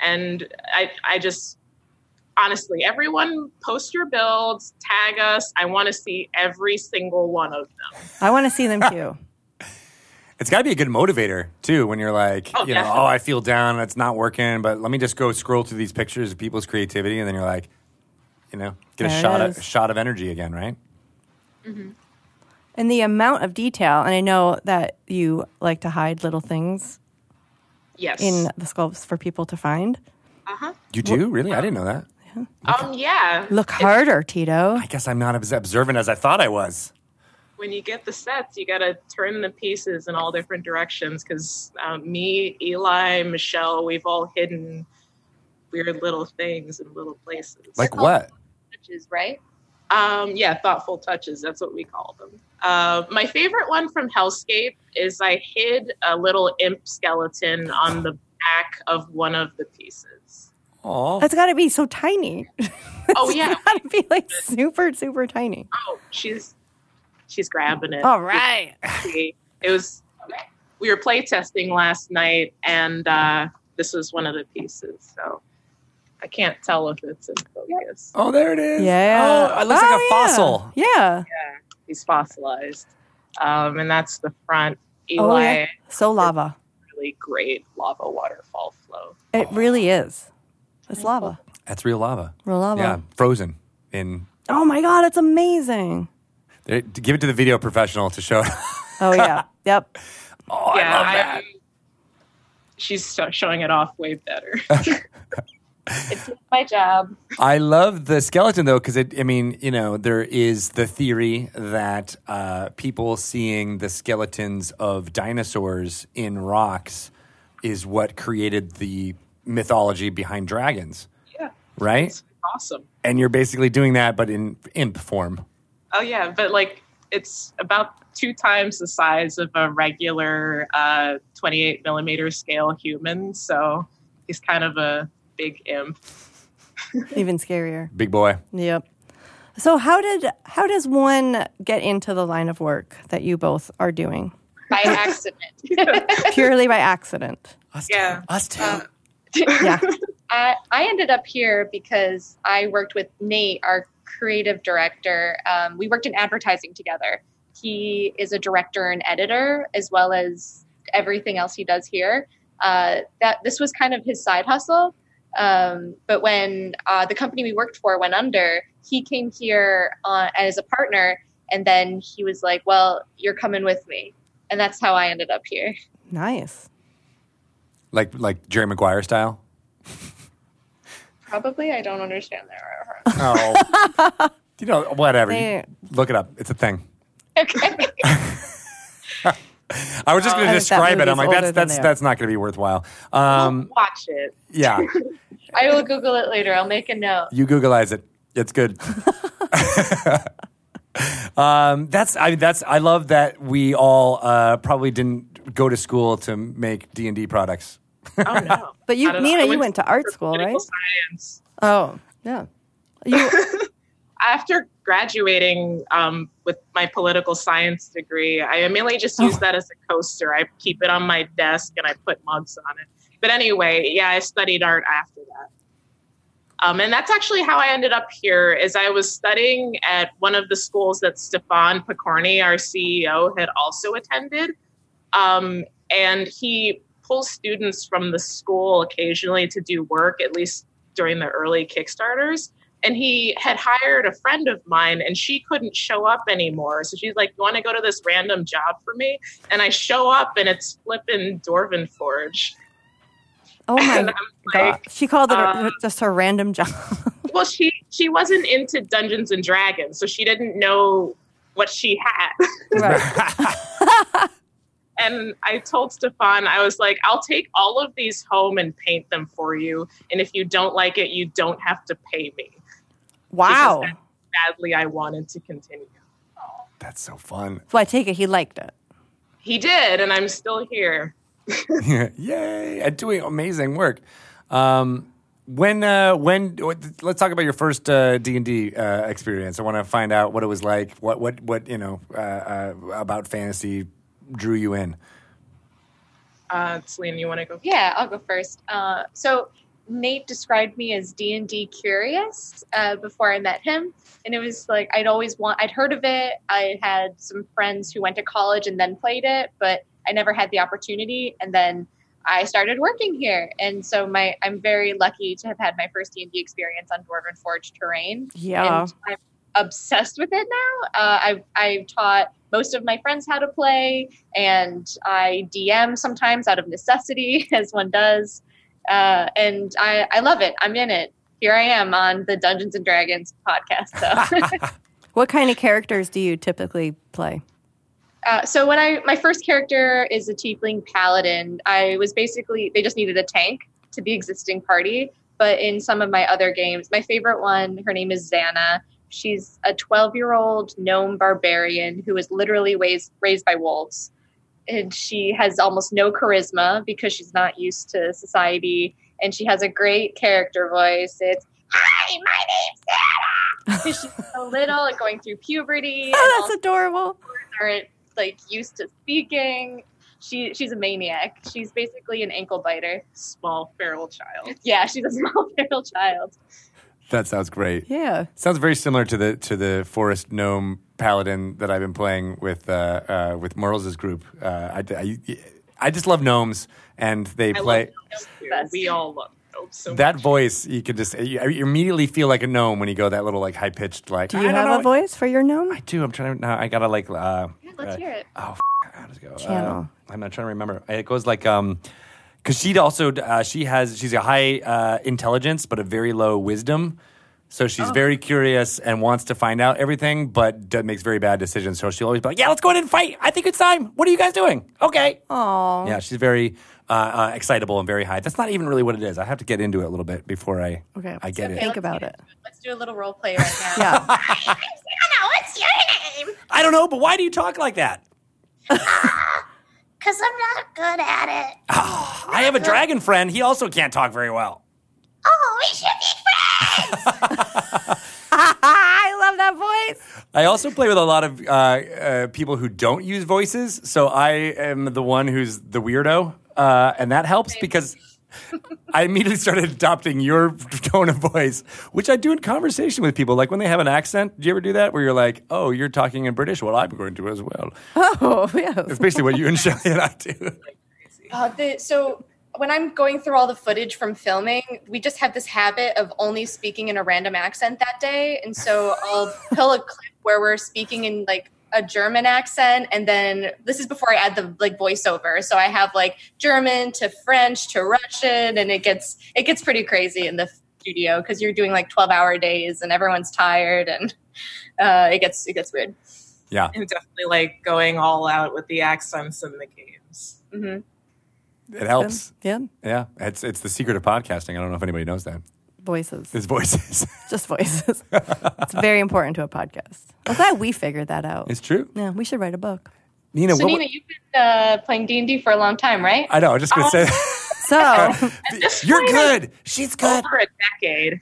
and I I just honestly, everyone post your builds, tag us. I want to see every single one of them. I want to see them too. It's got to be a good motivator too when you're like, Oh, you know, definitely. oh, I feel down, it's not working, but let me just go scroll through these pictures of people's creativity, and then you're like, you know, get There a it shot, is. of, shot of energy again, right? And the amount of detail, and I know that you like to hide little things Yes. in the sculpts for people to find. You do really? I didn't know that. um, yeah. Look harder, Tito. I guess I'm not as observant as I thought I was. when you get the sets, you got to turn the pieces in all different directions because um, me, Eli, Michelle, we've all hidden weird little things in little places. Like what? touches, right? um, yeah, thoughtful touches. That's what we call them. Uh, my favorite one from Hellscape is I hid a little imp skeleton on the back of one of the pieces. Oh, That's got to be so tiny. Oh yeah, got to be like super, super tiny. oh she's she's grabbing it. All right. we- it was we were play testing last night and uh, this was one of the pieces so i can't tell if it's in focus oh, there it is. Yeah. Oh, it looks like a yeah. fossil. Yeah. he's fossilized um, and that's the front eli Oh, yeah. So lava. really great lava waterfall flow It really is. It's lava. That's real lava. Real lava. Yeah, frozen in. Oh my God, it's amazing. There- Give it to the video professional to show. Oh, yeah. yep. oh, I love that. I'm- she's so- showing it off way better It's my job. I love the skeleton though, because it. I mean, you know, there is the theory that uh, people seeing the skeletons of dinosaurs in rocks is what created the mythology behind dragons, yeah right? it's awesome And you're basically doing that, but in imp form. Oh yeah, but like it's about two times the size of a regular uh, 28 millimeter scale human, so he's kind of a big imp. Even scarier. Big boy. Yep. So how did how does one get into the line of work that you both are doing? By accident. Purely by accident. Us Yeah. Too. Us too. Uh, Yeah. I, I ended up here because I worked with Nate, our creative director. Um, we worked in advertising together. He is a director and editor, as well as everything else he does here. Uh, that this was kind of his side hustle. Um, but when uh, the company we worked for went under, he came here uh, as a partner, and then he was like, "Well, you're coming with me," and that's how I ended up here. Nice. Like like Jerry Maguire style. Probably, I don't understand that reference. Oh. you know, whatever. You- They- look it up. It's a thing. Okay. I was just going to Oh, I think that describe it. movie's I'm like, older that's than that's they are. that's not going to be worthwhile. Um, Watch it. yeah, I will Google it later. I'll make a note. you Googleize it. It's good. um, that's I that's I love that we all uh, probably didn't go to school to make D and D products. Oh no! But you I don't know. Nina, I you went to art school, political right? Science. Oh, yeah. You After graduating um, with my political science degree, I mainly just use that as a coaster. I keep it on my desk and I put mugs on it. But anyway, yeah, I studied art after that. Um, and that's actually how I ended up here. Is I was studying at one of the schools that Stefan Picorni, our CEO, had also attended, um, and he pulls students from the school occasionally to do work, at least during the early Kickstarters. And he had hired a friend of mine, and she couldn't show up anymore. So she's like, "You want to go to this random job for me?" And I show up, and it's flippin' Dwarven Forge. Oh and my I'm god. She called it a, uh, just her random job. well she she wasn't into dungeons and dragons so she didn't know what she had right. and i told stefan i was like i'll take all of these home and paint them for you and if you don't like it you don't have to pay me Wow. Because that's badly i wanted to continue That's so fun. So I take it he liked it. he did and i'm still here Yay! At doing amazing work. Um, when uh, when let's talk about your first D and D uh, experience. I want to find out what it was like. What what what you know uh, uh, about fantasy drew you in. uh, Celine, you want to go? Yeah, I'll go first. Uh, so Nate described me as D and D curious uh, before I met him, and it was like I'd always want. I'd heard of it. I had some friends who went to college and then played it, but I never had the opportunity. And then I started working here, and so my I'm very lucky to have had my first D and D experience on Dwarven Forge terrain. Yeah. And I'm obsessed with it now. Uh, I've I've taught most of my friends how to play, and I DM sometimes out of necessity, as one does. Uh, and I I love it. I'm in it. Here I am on the Dungeons and Dragons podcast. So. What kind of characters do you typically play? Uh, so when I my first character is a tiefling paladin. I was basically they just needed a tank to the existing party. But in some of my other games, my favorite one, her name is Xana. She's a 12 year old gnome barbarian who is literally raised, raised by wolves. And she has almost no charisma because she's not used to society. And she has a great character voice. It's, Hi, my name's Xana! 'Cause she's so little and going through puberty. and Oh, all that's adorable. aren't like used to speaking. She she's a maniac. She's basically an ankle biter. Small feral child. Yeah, she's a small feral child. That sounds great. Yeah. Sounds very similar to the to the forest gnome paladin that I've been playing with uh, uh, with Morals' group. Uh, I, I, I just love gnomes, and they I play. love gnomes too. Best. We all love gnomes so that much. voice you can just you, you immediately feel like a gnome when you go that little like high pitched like Do you I don't have know. a voice for your gnome? I do. I'm trying to now. I gotta like. Uh, Yeah, let's uh, hear it. Oh, f- how does it go? Channel. Um, I'm not trying to remember. It goes like um, because she also uh, she has she's a high uh, intelligence but a very low wisdom. So Oh. she's very curious and wants to find out everything, but d- makes very bad decisions. So she'll always be like, "Yeah, let's go ahead and fight. I think it's time. What are you guys doing? Okay." Oh. Yeah, she's very uh, uh, excitable and very high. That's not even really what it is. I have to get into it a little bit before I Okay. I get it. Think about it. Let's do a little role play right now. Yeah. Anna, what's your name? I don't know, but why do you talk like that? Because I'm not good at it. I have a dragon friend. He also can't talk very well. Oh, we should be Ah, I love that voice. I also play with a lot of uh, uh, people who don't use voices, so I am the one who's the weirdo, uh, and that helps because I immediately started adopting your tone of voice, which I do in conversation with people. Like when they have an accent, do you ever do that? Where you're like, "Oh, you're talking in British. Well, I'm going to as well." Oh, yeah. It's basically what you and Shelly and I do. Uh, the, so when I'm going through all the footage from filming, we just have this habit of only speaking in a random accent that day, and so I'll pull a clip where we're speaking in like a German accent, and then this is before I add the like voiceover. So I have like German to French to Russian, and it gets it gets pretty crazy in the studio because you're doing like 12 hour days and everyone's tired and uh, it gets it gets weird. Yeah, And definitely like going all out with the accents in the games. hmm it helps. Yeah. Yeah, it's it's the secret of podcasting. I don't know if anybody knows that. Voices. It's voices. Just voices. it's very important to a podcast. I'm glad we figured that out. it's true. Yeah, we should write a book. Nina, So what? Nina, you've been uh, playing D and D for a long time, right? I know. I'm just gonna say. oh. So, You're good. She's good. over a decade.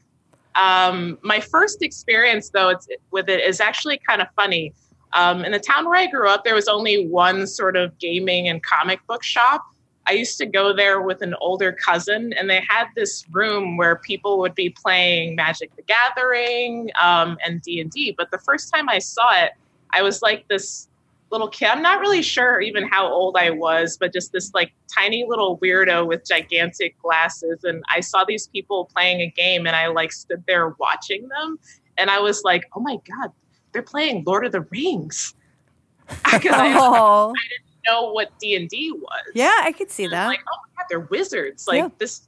Um, my first experience, though, it's, with it is actually kind of funny. Um, in the town where I grew up, there was only one sort of gaming and comic book shop. I used to go there with an older cousin, and they had this room where people would be playing Magic: The Gathering um, and D and D. But the first time I saw it, I was like this little kid. I'm not really sure even how old I was, but just this like tiny little weirdo with gigantic glasses. And I saw these people playing a game and I like stood there watching them. And I was like, oh my God, they're playing Lord of the Rings. Because I didn't oh, know what D&D was. yeah, I could see I'm that. like, oh my god, they're wizards. Like Yeah. this is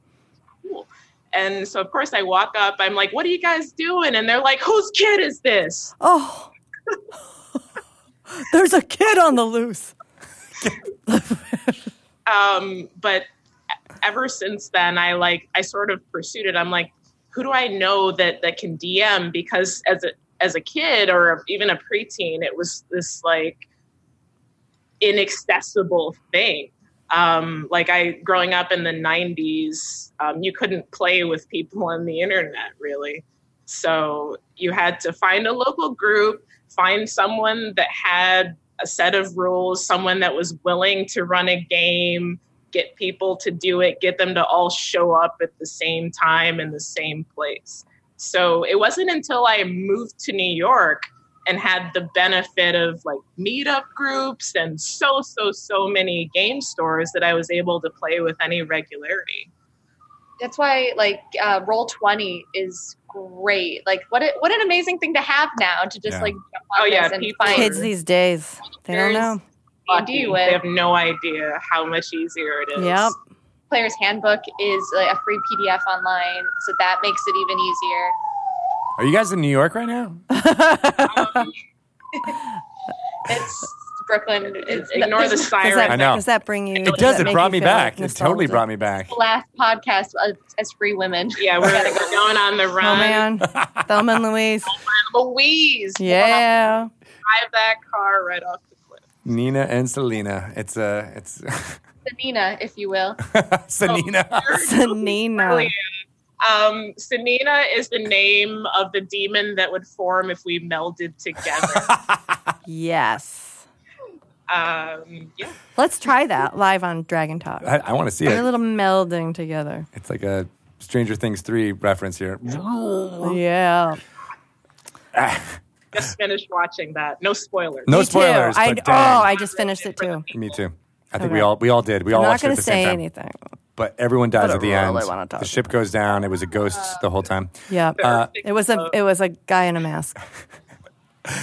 cool. And so of course I walk up, I'm like, what are you guys doing? And they're like, whose kid is this? Oh, there's a kid on the loose. Um, but ever since then I like I sort of pursued it. I'm like, who do I know that that can DM? Because as a as a kid or even a preteen, it was this like inaccessible thing. Um, like I growing up in the '90s, um, you couldn't play with people on the internet really. So you had to find a local group, find someone that had a set of rules, someone that was willing to run a game, get people to do it, get them to all show up at the same time in the same place. So it wasn't until I moved to New York and had the benefit of like meetup groups and so, so, so many game stores that I was able to play with any regularity. That's why like uh, roll twenty is great. Like what a, what an amazing thing to have now to just Yeah. like jump Oh, on yeah, this and people- find Kids these days, they don't know. what to Lucky. do They with. have no idea how much easier it is. Yep. Player's Handbook is like, a free PDF online, so that makes it even easier. Are you guys in New York right now? It's Brooklyn. It's Ignore the this Does is siren. I that, know. does that bring you? It does. It make brought you me feel, like, back. It totally nostalgic? brought me back. the last podcast as, as free women. Yeah, we're, we're going on the Oh run. man, Thelma and Louise. Louise, Yeah. drive that car right off the cliff. Nina and Selena. It's uh, it's Nina, if you will. Oh. Selena. Sanina. Brilliant. Um, Sanina is the name of the demon that would form if we melded together. Yes. um, yeah. Let's try that live on Dragon Talk. I, I want to see They're a it. little melding together. It's like a Stranger Things three reference here. Yeah. just finished watching that. No spoilers. No Me too. spoilers. I, but oh, dang. I just finished it too. me too. I think Okay. we all we all did. We all I'm not watched it going at to the say same time. anything. But everyone dies I at the really end. wanna talk the ship goes down. It was a ghost the whole time. Yeah. Uh, it was a it was a guy in a mask.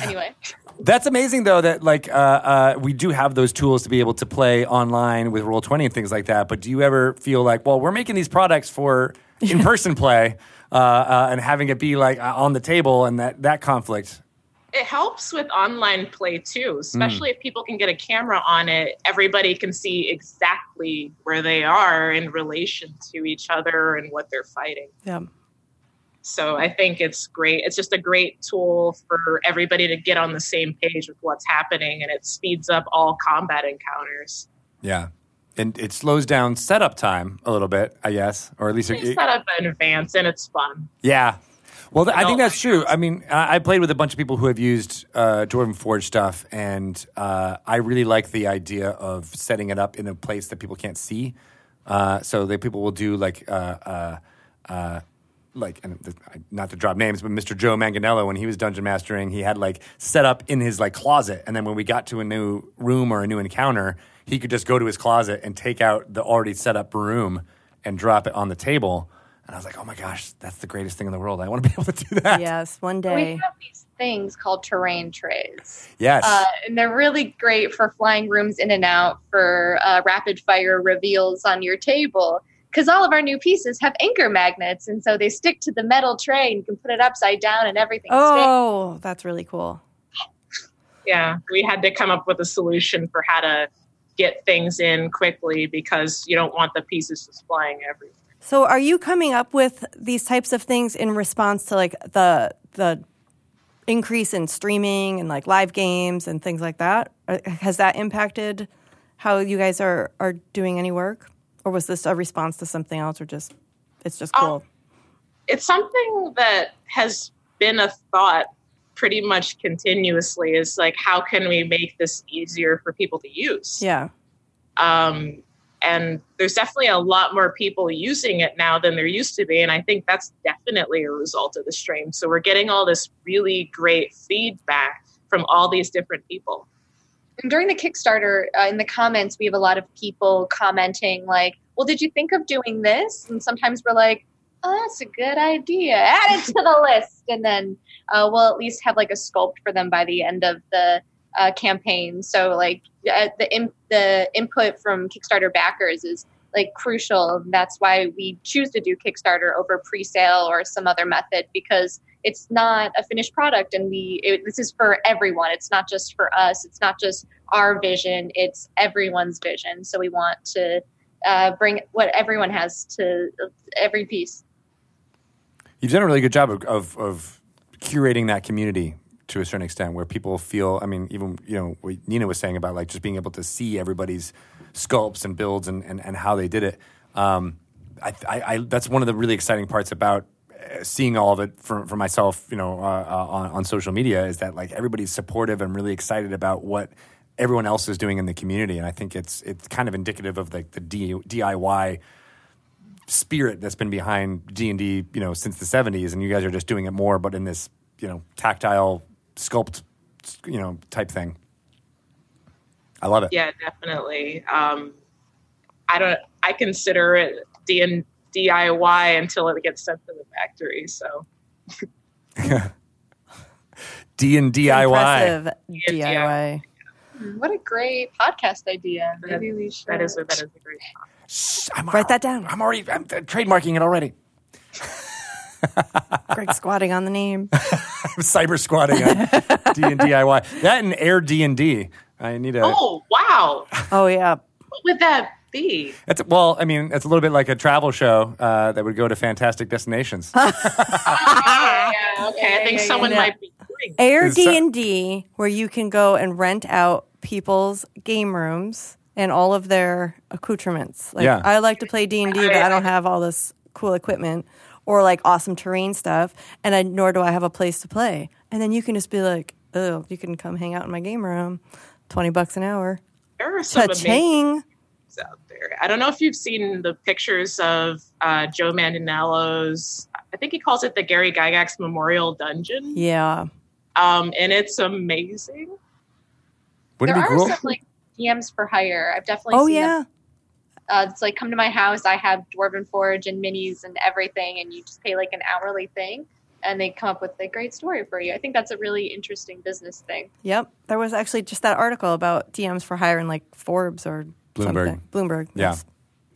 Anyway, That's amazing, though, that like uh, uh, we do have those tools to be able to play online with Roll Twenty and things like that. But do you ever feel like, well, we're making these products for in-person play uh, uh, and having it be like uh, on the table and that that conflict? it helps with online play Mm. too, especially if people can get a camera on it. Everybody can see exactly where they are in relation to each other and what they're fighting. Yeah. So I think it's great. It's just a great tool for everybody to get on the same page with what's happening, and it speeds up all combat encounters. Yeah, and it slows down setup time a little bit, I guess, or at least It's set up in advance, and it's fun. Yeah. Well, th- I think No. that's true. I mean, I I played with a bunch of people who have used uh, Dwarven Forge stuff, and uh, I really like the idea of setting it up in a place that people can't see. Uh, so that people will do like, uh, uh, uh, like, and th- I- not to drop names, but Mr. Joe Manganello, when he was dungeon mastering, he had like set up in his like closet, and then when we got to a new room or a new encounter, he could just go to his closet and take out the already set up room and drop it on the table. And I was like, oh my gosh, that's the greatest thing in the world. I want to be able to do that. Yes. One we day. have these things called terrain trays. Yes. Uh, and they're really great for flying rooms in and out, for uh, rapid fire reveals on your table. Because all of our new pieces have anchor magnets, and so they stick to the metal tray, and you can put it upside down, and everything stays. Oh, that's really cool. Yeah, we had to come up with a solution for how to get things in quickly because you don't want the pieces just flying everywhere. So, are you coming up with these types of things in response to like the the increase in streaming and like live games and things like that? Uh, Has that impacted how you guys are are doing any work, or was this a response to something else, or just it's just Um, cool? It's something that has been a thought pretty much continuously is like how can we make this easier for people to use? yeah, Um, and there's definitely a lot more people using it now than there used to be. And I think that's definitely a result of the stream. So we're getting all this really great feedback from all these different people. And during the Kickstarter, uh, in the comments, we have a lot of people commenting like, "Well, did you think of doing this?" And sometimes we're like, "Oh, that's a good idea. Add it to the list." And then uh, we'll at least have like a sculpt for them by the end of the uh, campaign. So like uh, the in- the input from Kickstarter backers is like crucial. That's why we choose to do Kickstarter over pre-sale or some other method because it's not a finished product and we it, this is for everyone it's not just for us it's not just our vision it's everyone's vision so we want to uh, bring what everyone has to every piece You've done a really good job of, of, of curating that community to a certain extent where people feel, I mean, even, you know, what Nina was saying about like just being able to see everybody's sculpts and builds and, and, and how they did it. Um, I, I, I, that's one of the really exciting parts about uh, seeing all of it for, for myself, you know, uh, uh, on, on social media is that like everybody's supportive and really excited about what everyone else is doing in the community, and I think it's it's kind of indicative of like the, D, DIY spirit that's been behind D and D, you know, since the '70s, and you guys are just doing it more, but in this you know tactile sculpt, you know, type thing. I love it. Yeah, definitely. Um, I don't. I consider it D and DIY until it gets sent to the factory. So D and DIY. Impressive Yeah, DIY. What a great podcast idea. Maybe we should. that is a, that is a great. Shh, I'm, Write that down. I'm already I'm uh, trademarking it already. Greg squatting on the name. I'm cyber squatting on D and DIY. That and Air D and D. I need a. Oh wow! Oh yeah. What would that be? That's, well, I mean, it's a little bit like a travel show uh, that would go to fantastic destinations. Ah, yeah, okay. I think someone yeah. might be doing. that. Air Is that- D and D, where you can go and rent out people's game rooms and all of their accoutrements. Like Yeah. I like to play D and D, but I don't have all this cool equipment or like awesome terrain stuff, and I, nor do I have a place to play. And then you can just be like, oh, you can come hang out in my game room, twenty bucks an hour. There are some amazing Cha-ching. things out there. I don't know if you've seen the pictures of uh, Joe Manganiello's. I think he calls it the Gary Gygax Memorial Dungeon, Yeah. um, and it's amazing. Wouldn't there it be are cool? some like DMs for hire. I've definitely Oh seen them. yeah. Uh, it's like come to my house. I have dwarven forge and minis and everything, and you just pay like an hourly thing, and they come up with a great story for you. I think that's a really interesting business thing. Yep. There was actually just that article about DMs for hire in like Forbes or Bloomberg. something. Bloomberg. Yeah. yes.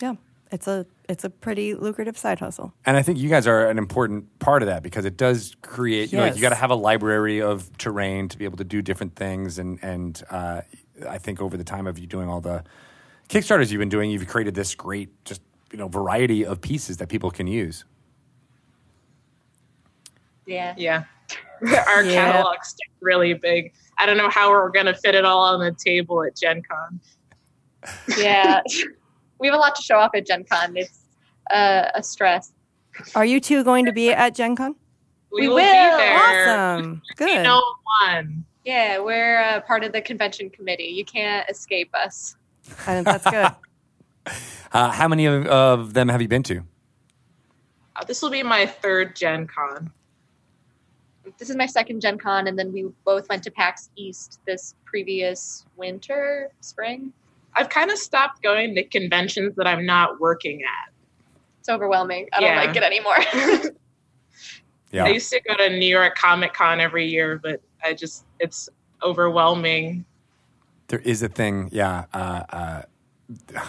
Yeah. It's a it's a pretty lucrative side hustle. And I think you guys are an important part of that because it does create. You know, like you Yes. got to have a library of terrain to be able to do different things. And and uh, I think over the time of you doing all the kickstarters you've been doing, you've created this great just you know variety of pieces that people can use. Yeah. Yeah. Our Yeah. catalog's really big. I don't know how we're going to fit it all on the table at Gen Con. Yeah. we have a lot to show off at Gen Con. It's uh, a stress. Are you two going to be at Gen Con? We be will. there. Awesome. You Good. know, one. Yeah, we're uh, part of the convention committee. You can't escape us. I think that's good. Uh, how many of, of them have you been to? Uh, This will be my third Gen Con. This is my second Gen Con, and then we both went to PAX East this previous winter, spring. I've kind of stopped going to conventions that I'm not working at. It's overwhelming. I don't Yeah. like it anymore. I Yeah, used to go to New York Comic Con every year, but I just, it's overwhelming. there is a thing. Yeah. Uh, uh,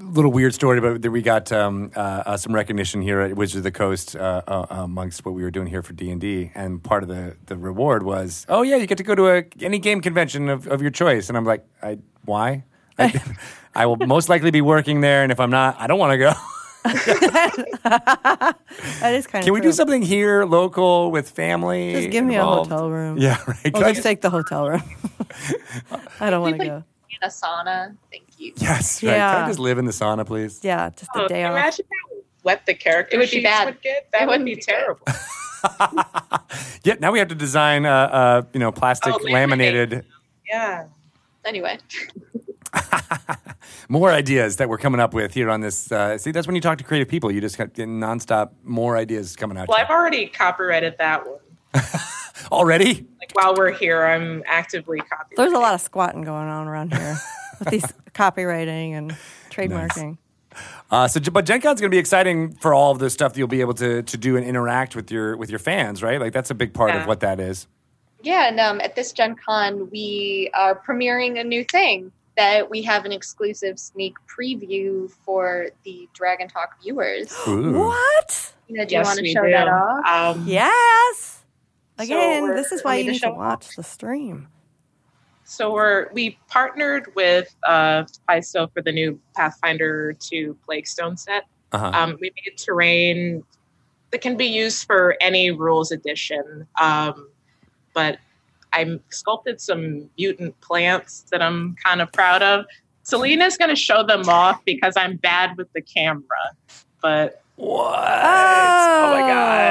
Little weird story, but we got um, uh, uh, some recognition here at Wizards of the Coast uh, uh, amongst what we were doing here for D and D, and part of the, the reward was, oh yeah, you get to go to a, any game convention of, of your choice, and I'm like, I why? I, I will most likely be working there, and if I'm not, I don't want to go. That is kind of Can we do something here, local, with family? Just give me involved? a hotel room. Yeah, right. Can I'll I just take the hotel room. I don't want to People- go. in a sauna. Thank you. Yes, right. Can I Yeah. just live in the sauna, please? Yeah, just a Oh, day off. imagine how wet the character It would be sheets bad. would get. That It would wouldn't be be good. terrible. Yeah. Now we have to design, uh, uh, you know, plastic Oh, laminate. laminated. yeah. Anyway, More ideas that we're coming up with here on this. Uh, see, that's when you talk to creative people. You just got nonstop more ideas coming out Well, I've already copyrighted that one. already. Like while we're here, I'm actively copying. There's a lot of squatting going on around here with these copywriting and trademarking. Uh, so, but Gen Con's going to be exciting for all of the stuff that you'll be able to to do and interact with your with your fans, right? Like that's a big part Yeah. of what that is. yeah, and um, at this Gen Con, we are premiering a new thing that we have an exclusive sneak preview for the Dragon Talk viewers. Ooh. What? Tina, do Yes, you want to we show do. that off? Um, Yes. So Again, we're- this is why we you need to need show to off. watch the stream. So we're we partnered with uh, Paiso for the new Pathfinder 2 Plaguestone set. Uh-huh. Um, we made terrain that can be used for any rules edition, um, but I sculpted some mutant plants that I'm kind of proud of. Selena's going to show them off because I'm bad with the camera, but What? Oh my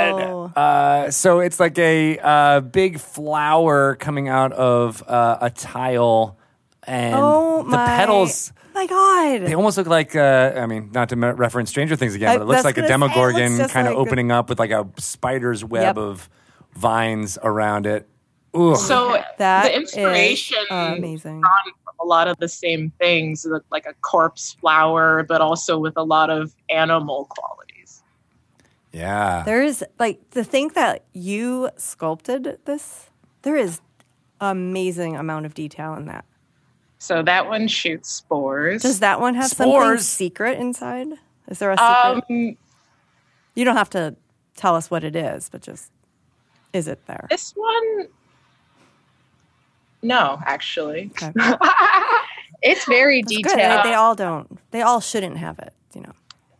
Oh. god! Uh, so it's like a uh, big flower coming out of uh, a tile and oh the my! petals. My God. They almost look like, uh, I mean, not to me- reference Stranger Things again, I- but it looks that's like a gonna say, it looks demogorgon just kind of like a- opening up with like a spider's web Yep. of vines around it. Ooh. So Oh, That the is inspiration amazing. drawn from a lot of the same things, the- like a corpse flower, but also with a lot of animal qualities. yeah. There is like to think that you sculpted this. There is amazing amount of detail in that. So that one shoots spores. Does that one have something Spores. secret inside? Is there a secret? um, you don't have to tell us what it is, but just is it there? this one, no, actually. Okay. It's very That's good. detailed. They all don't. They all shouldn't have it. You know.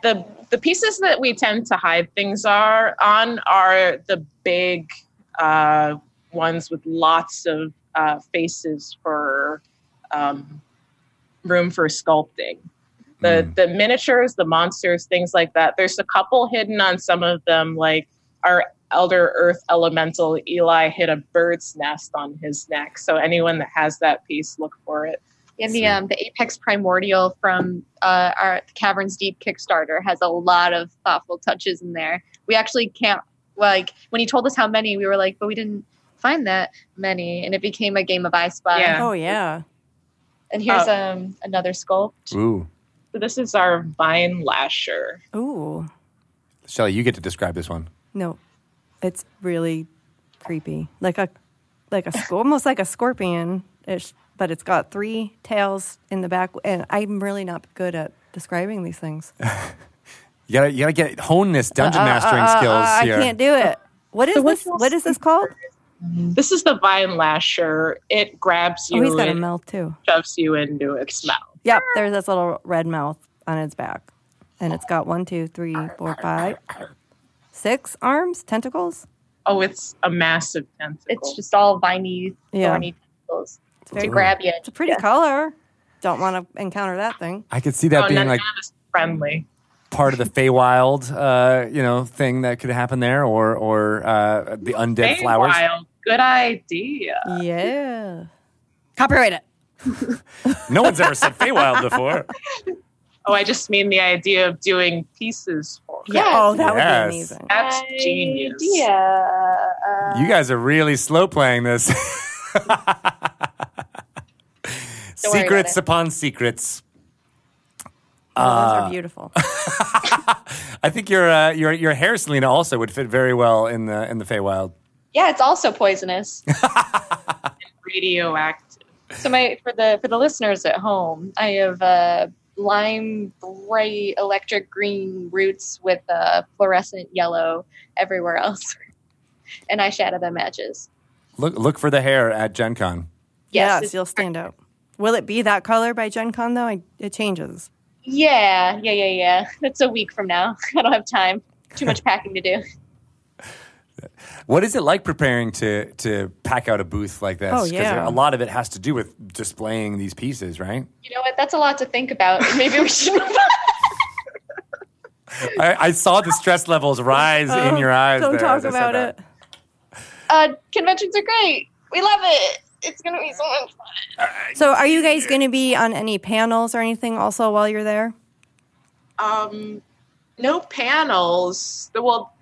the the pieces that we tend to hide things are on are the big uh, ones with lots of uh, faces for um, room for sculpting. The Mm. the miniatures, the monsters, things like that. There's a couple hidden on some of them, like our elder earth elemental Eli hid a bird's nest on his neck. So anyone that has that piece, look for it. And the um, the Apex Primordial from uh, our Caverns Deep Kickstarter has a lot of thoughtful touches in there. We actually can't like when he told us how many, we were like, but we didn't find that many, and it became a game of I Spy. Yeah. Oh yeah. And here's Oh. um another sculpt. Ooh. So this is our vine lasher. Ooh. Shelly, you get to describe this one. No. It's really creepy. Like a like a sc- almost like a scorpion ish, but it's got three tails in the back and I'm really not good at describing these things. You gotta, you gotta get hone this dungeon mastering Uh, uh, skills I here. can't do it. What is So this? what's What is this called? This is the vine lasher. It grabs Oh, you he's got a and mouth too. shoves you into its mouth. Yep, there's this little red mouth on its back, and it's got one, two, three, four, five, six arms, tentacles. Oh, it's a massive tentacle. It's just all viney, Yeah. thorny tentacles very to grab you. It's a pretty color. Don't want to encounter that thing. I could see No, that Oh, Oh, none, being like none of us are friendly. part of the Feywild, uh, you know, thing that could happen there, or or uh, the undead Hey, flowers. Wild, good idea. Yeah. Copyright it. No one's ever said Feywild before. Oh, I just mean the idea of doing pieces for it. Yeah. Yes. Oh, that Yes. would be amazing. That's genius. Yeah. uh, You guys are really slow playing this. Don't worry about secrets it. upon secrets. Oh, those are beautiful. I think your uh, your your hair, Selena, also would fit very well in the in the Feywild. Yeah, it's also poisonous. Radioactive. so my for the for the listeners at home, I have uh, lime bright electric green roots with uh, fluorescent yellow everywhere else, and eyeshadow that matches. Look look for the hair at Gen Con. Yes, yes, you'll stand out. Will it be that color by Gen Con though? I, it changes. yeah, yeah, yeah, yeah. That's a week from now. I don't have time. Too much packing to do. What is it like preparing to to pack out a booth like this? Oh, 'Cause yeah. a lot of it has to do with displaying these pieces, right? You know what? That's a lot to think about. Maybe we should. I, I saw the stress levels rise in your eyes. Oh, Don't there talk as I said about that. it. uh, conventions are great. We love it. It's gonna be so much fun. So, are you guys going to be on any panels or anything also while you're there? Um, no panels. The- Well,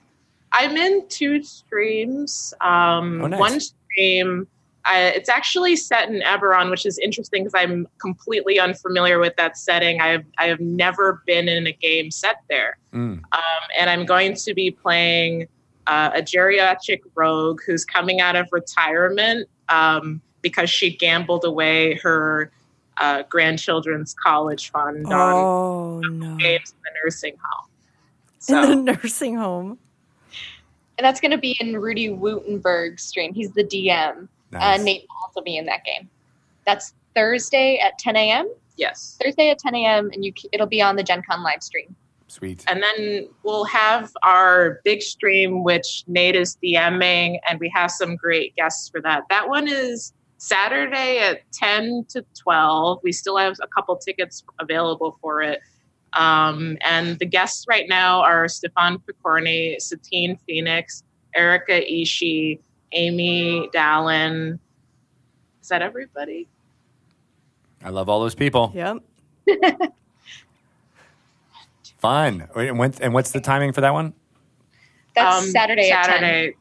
I'm in two streams. Um, Oh, nice. One stream, I, it's actually set in Eberron, which is interesting because I'm completely unfamiliar with that setting. I have, I have never been in a game set there. Mm. Um, and I'm going to be playing uh, a geriatric rogue who's coming out of retirement um, because she gambled away her uh, grandchildren's college fund e- on Oh no! Mm-hmm. games in the nursing home. So In the nursing home. And that's gonna be in Rudy Woutenberg's stream. He's the DM. Nice. Uh, Nate will also be in that game. That's Thursday at 10 a.m. yes, Thursday at 10 a.m. and you c- it'll be on the Gen Con live stream. Sweet. and then we'll have our big stream, which Nate is DMing, and we have some great guests for that. That one is Saturday at ten to twelve. We still have a couple tickets available for it. Um, and the guests right now are Stefan Picorni, Satine Phoenix, Erica Ishii, Amy Dallin. Is that everybody? I love all those people. Yep. Fun. Wait, And, when, and what's the timing for that one? That's Saturday. at 10. Um, Saturday.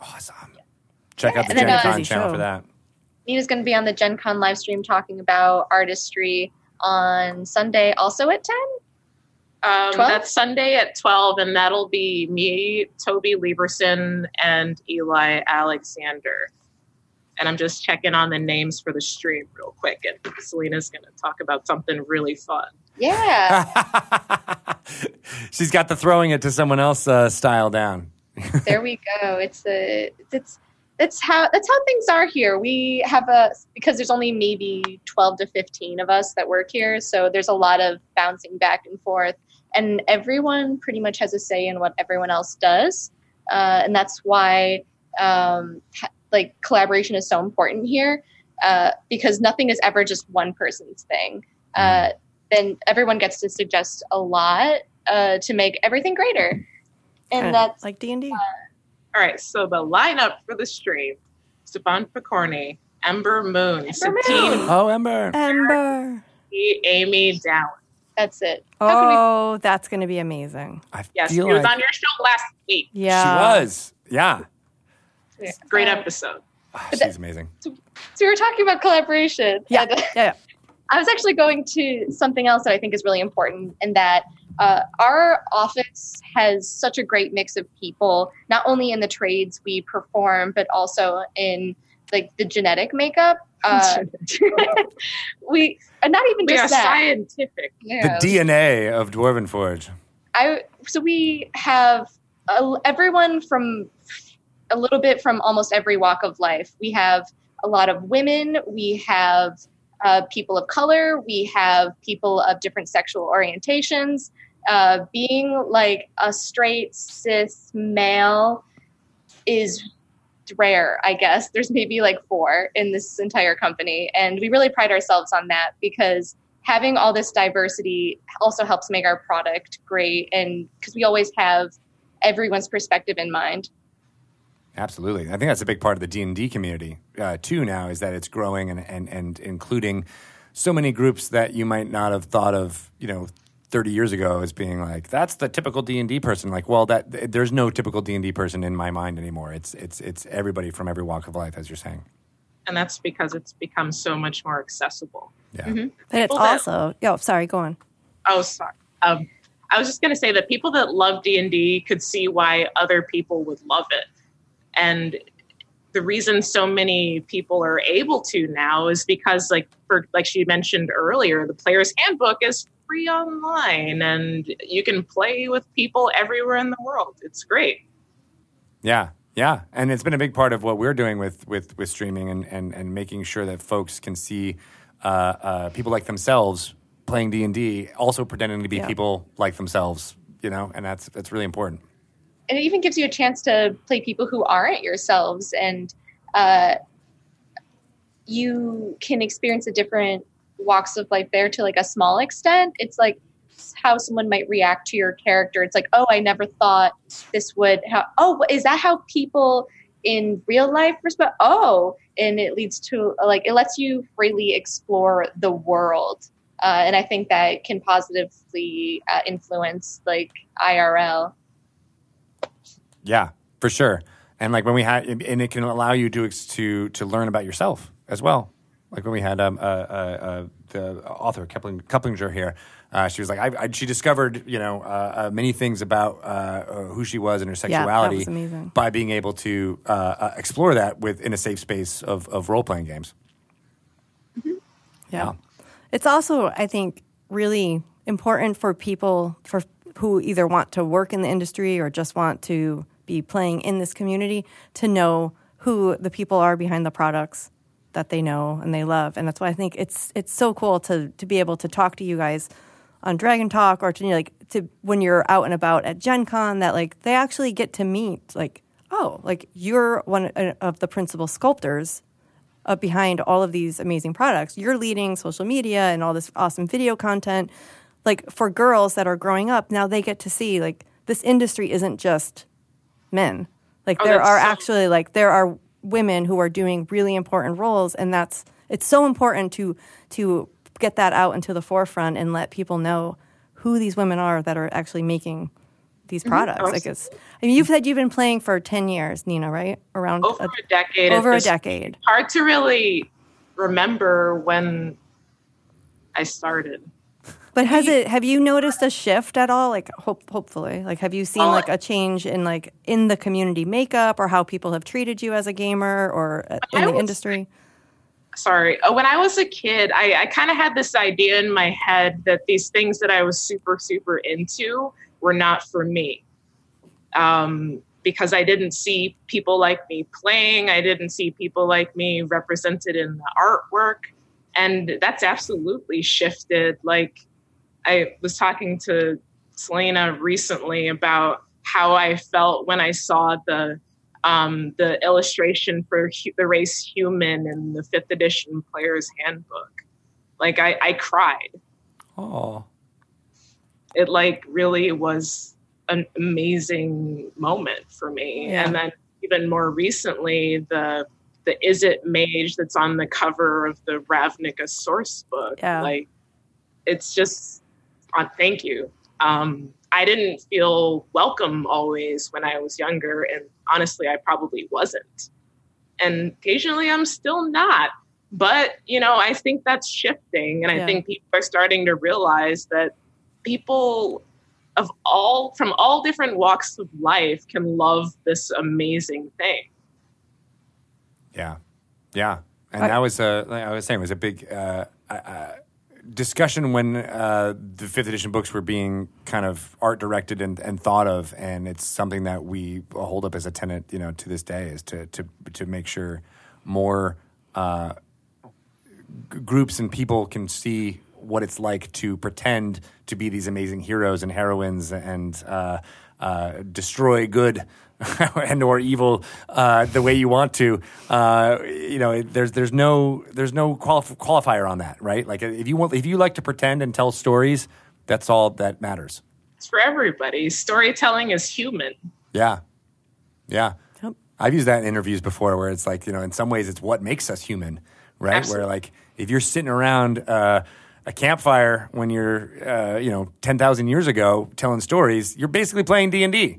Awesome. Check out the And then, Gen uh, Con Busy channel show. for that. Nina's going to be on the Gen Con live stream talking about artistry on Sunday, also at 10. Um, 12? that's Sunday at 12, and that'll be me, Toby Lieberson, and Eli Alexander. And I'm just checking on the names for the stream real quick, and Selena's going to talk about something really fun. Yeah. She's got the throwing it to someone else uh, style down. there we go. It's a it's that's how that's how things are here. We have a because there's only maybe twelve to fifteen of us that work here, so there's a lot of bouncing back and forth, and everyone pretty much has a say in what everyone else does, uh, and that's why um, ha- like collaboration is so important here uh, because nothing is ever just one person's thing. Uh, then everyone gets to suggest a lot uh, to make everything greater, and Kinda that's like D and D. All right, so the lineup for the stream Stefan Picorni, Ember Moon, Satine, Oh, Ember. Ember. Amy Down. that's it. can we- Oh, that's going to be amazing. I Yes, she feel was like on your show last week. Yeah. she was. Yeah. Great Um, episode. Ah, But she's amazing. So we were talking about collaboration. Yeah. And uh, Yeah. I was actually going to something else that I think is really important, and that uh, our office has such a great mix of people, not only in the trades we perform, but also in like the genetic makeup. Uh, we and not even We just are that. scientific. Yeah. The DNA of Dwarven Forge. I so we have uh, everyone from a little bit from almost every walk of life. We have a lot of women. We have uh, people of color. We have people of different sexual orientations. Uh, being like a straight cis male is rare, I guess. There's maybe like four in this entire company, and we really pride ourselves on that because having all this diversity also helps make our product great and because we always have everyone's perspective in mind Absolutely. I think that's a big part of the D&D community uh, too now is that it's growing and, and, and including so many groups that you might not have thought of, you know, 30 years ago as being like that's the typical D&D person like well that th- there's no typical D&D person in my mind anymore. It's it's it's everybody from every walk of life as you're saying. And that's because it's become so much more accessible. Yeah. But it's Well, that- also, yo, sorry, go on. Oh, sorry. Um, I was just going to say that people that love D and D could see why other people would love it, and the reason so many people are able to now is because, like, for like she mentioned earlier, the Player's Handbook is free online, and you can play with people everywhere in the world. It's great. Yeah, yeah, and it's been a big part of what we're doing with with with streaming and and, and making sure that folks can see uh, uh, people like themselves playing D and D, also pretending to be Yeah. people like themselves. You know, and that's that's really important. and it even gives you a chance to play people who aren't yourselves and uh, you can experience the different walks of life there to like a small extent it's like how someone might react to your character it's like oh i never thought this would ha- oh wh- is that how people in real life respond oh and it leads to like it lets you freely explore the world uh, and i think that can positively uh, influence like irl Yeah, for sure. And like when we had, and it can allow you to ex- to to learn about yourself as well. Like when we had um, uh, uh, uh, the author Kepling, Keplinger here, uh, she was like, I, I, she discovered you know uh, uh, many things about uh, uh, who she was and her Yeah, that sexuality was amazing. by being able to uh, uh, explore that with in a safe space of, of role playing games. Yeah. Wow. It's also, I think, really important for people for who either want to work in the industry or just want to be playing in this community to know who the people are behind the products that they know and they love. And that's why I think it's it's so cool to to be able to talk to you guys on Dragon Talk or to you know, like to when you're out and about at Gen Con that like they actually get to meet like oh like you're one uh, of the principal sculptors uh, behind all of these amazing products. You're leading social media and all this awesome video content. Like for girls that are growing up, now they get to see like this industry isn't just men. Like Oh, there that's are so- actually like there are women who are doing really important roles, and that's it's so important to to get that out into the forefront and let people know who these women are that are actually making Mm-hmm. these products. I guess. I mean, you've said you've been playing for ten years, Nina, right? Around over a decade. at over a this- decade. Hard to really remember when I started. But has it? Have you noticed a shift at all? Like, hope, hopefully, like, have you seen Well, like a change in like in the community makeup or how people have treated you as a gamer or uh, in I the would industry? sorry. Oh, when I was a kid, I, I kind of had this idea in my head that these things that I was super, super into were not for me. Um, because I didn't see people like me playing, I didn't see people like me represented in the artwork. And that's absolutely shifted. Like, I was talking to Selena recently about how I felt when I saw the um, the illustration for hu- the race human in the fifth edition player's handbook. Like I, I cried. Oh, It like really was an amazing moment for me. Yeah. And then even more recently, the the is it mage that's on the cover of the Ravnica source book. Yeah. Like it's just uh, thank you. Um, I didn't feel welcome always when I was younger, and honestly, I probably wasn't. And occasionally, I'm still not. But you know, I think that's shifting, and Yeah. I think people are starting to realize that people of all from all different walks of life can love this amazing thing. yeah, yeah. And I- that was a, like I was saying, it was a big uh, uh, uh, discussion when uh, the fifth edition books were being kind of art directed and, and thought of, and it's something that we hold up as a tenet, you know, to this day is to to to make sure more. Uh, groups and people can see what it's like to pretend to be these amazing heroes and heroines and uh, uh, destroy good and or evil uh, the way you want to. Uh, you know, it- there's there's no there's no qualif- qualifier on that, right? Like if you want if you like to pretend and tell stories, that's all that matters. It's for everybody. Storytelling is human. Yeah. Yeah. Yep. I've used that in interviews before where it's like, you know, in some ways it's what makes us human, right? Absolutely. Where like if you're sitting around uh, a campfire when you're, uh, you know, 10,000 years ago telling stories, you're basically playing D&D.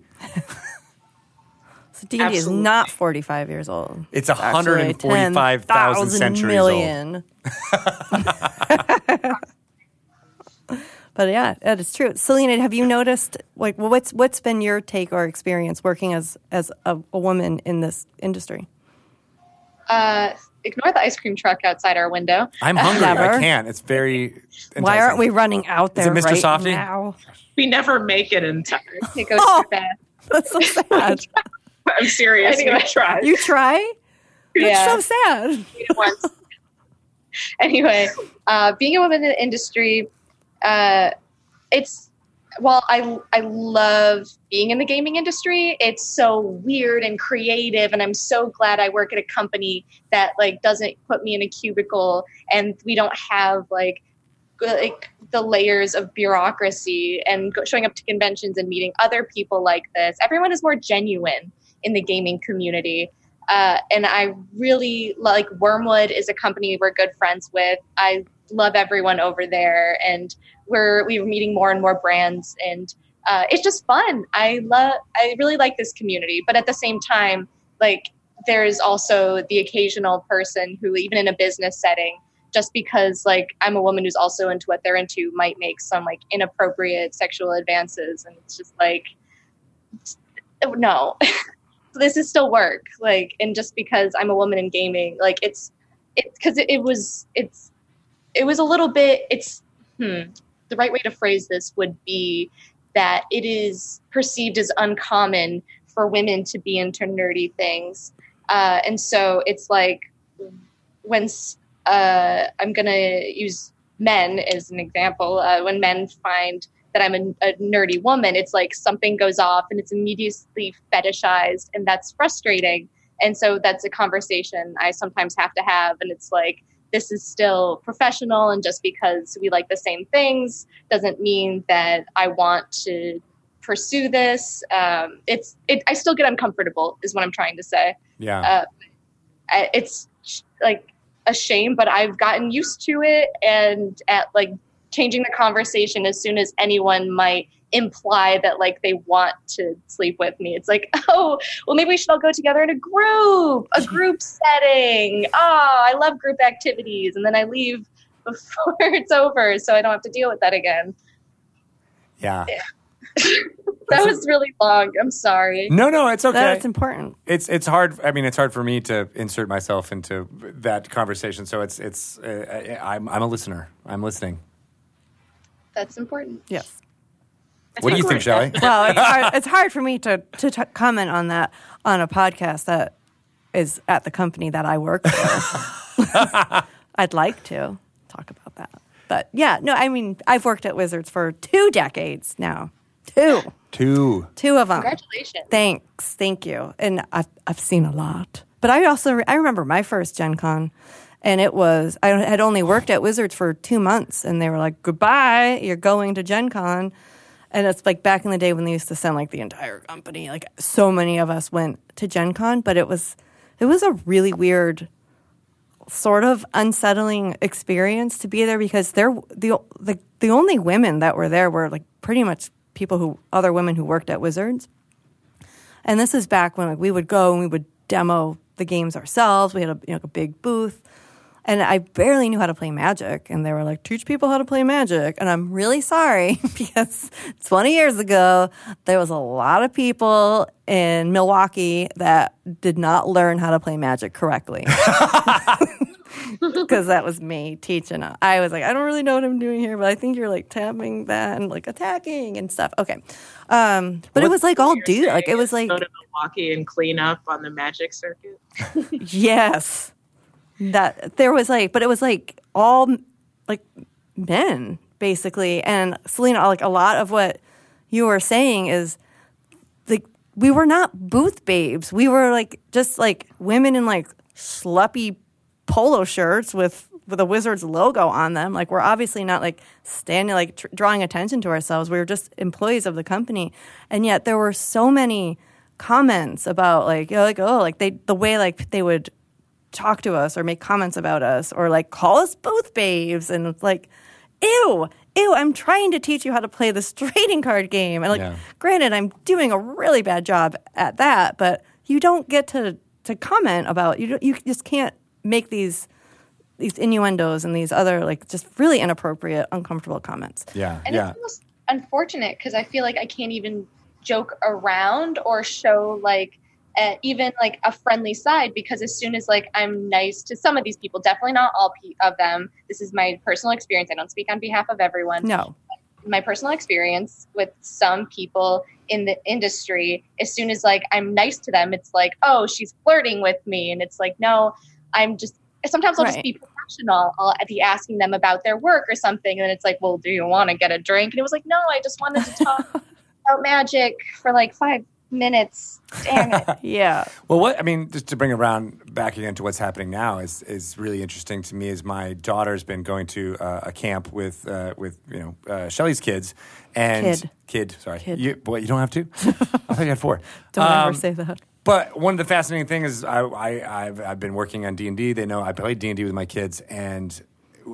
So D is Absolutely. not forty five years old. It's actually 145,000 10,000 centuries million. but yeah, that is true. Selena, have you noticed like what's what's been your take or experience working as as a, a woman in this industry? Uh, ignore the ice cream truck outside our window. I'm hungry. I Never. can't. It's very enticing. Why aren't we running out Is it there Mr. right Softy? now? We never make it in time. It goes Oh. too fast. That's so sad. I'm serious. Anyway. We tried. you try? Yeah. That's so sad. once. anyway, uh, being a woman in the industry, uh, it's well, I I love being in the gaming industry. It's so weird and creative, and I'm so glad I work at a company that like doesn't put me in a cubicle, and we don't have like g- like the layers of bureaucracy and go- showing up to conventions and meeting other people like this. Everyone is more genuine in the gaming community, uh, and I really like Wormwood is a company we're good friends with. I love everyone over there, and we're we're meeting more and more brands, and uh, it's just fun. I love. I really like this community, but at the same time, like there's also the occasional person who, even in a business setting, just because like I'm a woman who's also into what they're into, might make some like inappropriate sexual advances, and it's just like no this is still work like and just because i'm a woman in gaming like it's it because it, it was it's it was a little bit it's hmm, the right way to phrase this would be that it is perceived as uncommon for women to be into nerdy things uh, and so it's like when s- uh, i'm gonna use men as an example uh, when men find that I'm a, a nerdy woman, it's like something goes off and it's immediately fetishized, and that's frustrating. And so that's a conversation I sometimes have to have, and it's like this is still professional, and just because we like the same things doesn't mean that I want to pursue this. Um, it's it, I still get uncomfortable, is what I'm trying to say. Yeah. I- it's sh- like a shame, but I've gotten used to it and at like changing the conversation as soon as anyone might imply that like they want to sleep with me. It's like, oh, well, maybe we should all go together in a group, a group setting. Oh, I love group activities. And then I leave before it's over so I don't have to deal with that again. Yeah. That was really long. I'm sorry. No, no, it's okay. That's important. it's it's hard. I mean, it's hard for me to insert myself into that conversation. So it's it's uh, I, I'm I'm a listener. I'm listening. That's important. Yes. What do you think, Shelly? well, it's hard, it's hard for me to to t- comment on that on a podcast that is at the company that I work for. I'd like to talk about that, but yeah, no, I mean, I've worked at Wizards for two decades now, two, Two. two of them. Congratulations. Thanks, thank you, and I've I've seen a lot, but I also I remember my first Gen Con. And it was, I had only worked at Wizards for two months, and they were like, goodbye, you're going to Gen Con. And it's like back in the day when they used to send like the entire company, like so many of us went to Gen Con, but it was it was a really weird sort of unsettling experience to be there because there the the the only women that were there were like pretty much people who other women who worked at Wizards. And this is back when like, we would go and we would demo the games ourselves. We had a, you know, a big booth. And I barely knew how to play magic. And they were like, teach people how to play magic. And I'm really sorry because 20 years ago, there was a lot of people in Milwaukee that did not learn how to play magic correctly. because that was me teaching. I was like, I don't really know what I'm doing here, but I think you're like tapping that and like attacking and stuff. Okay, um, but it was like all dude. Like it was like go to Milwaukee and clean up on the magic circuit. yes, that there was like, but it was like all like men basically, and Selena. Like a lot of what you were saying is like we were not booth babes. We were like just like women in like schleppy polo shirts with with a wizard's logo on them. Like we're obviously not like standing like tr- drawing attention to ourselves. We were just employees of the company, and yet there were so many comments about like you know, like oh like they the way like they would talk to us or make comments about us or like call us both babes and it's like ew ew i'm trying to teach you how to play this trading card game and like Yeah. granted i'm doing a really bad job at that but you don't get to to comment about you don't, you just can't make these these innuendos and these other like just really inappropriate uncomfortable comments Yeah. And yeah. it's almost unfortunate because I feel like I can't even joke around or show like uh, even like a friendly side because as soon as like I'm nice to some of these people, definitely not all pe- of them. This is my personal experience. I don't speak on behalf of everyone. no My personal experience with some people in the industry, as soon as like I'm nice to them, it's like, oh, she's flirting with me, and it's like, no, I'm just. Sometimes I'll Right. just be professional. I'll be asking them about their work or something, and then it's like, well, do you want to get a drink? And it was like, no, I just wanted to talk about magic for like five minutes. Damn it! yeah Well, what I mean, just to bring it around back again to what's happening now is is really interesting to me. Is my daughter's been going to uh, a camp with uh, with you know uh, Shelly's kids and Kid. kid sorry You, boy you don't have to. I thought you had four. don't Um, ever say that But one of the fascinating things is I, I I've, I've been working on D and D. They know I played D and D with my kids, and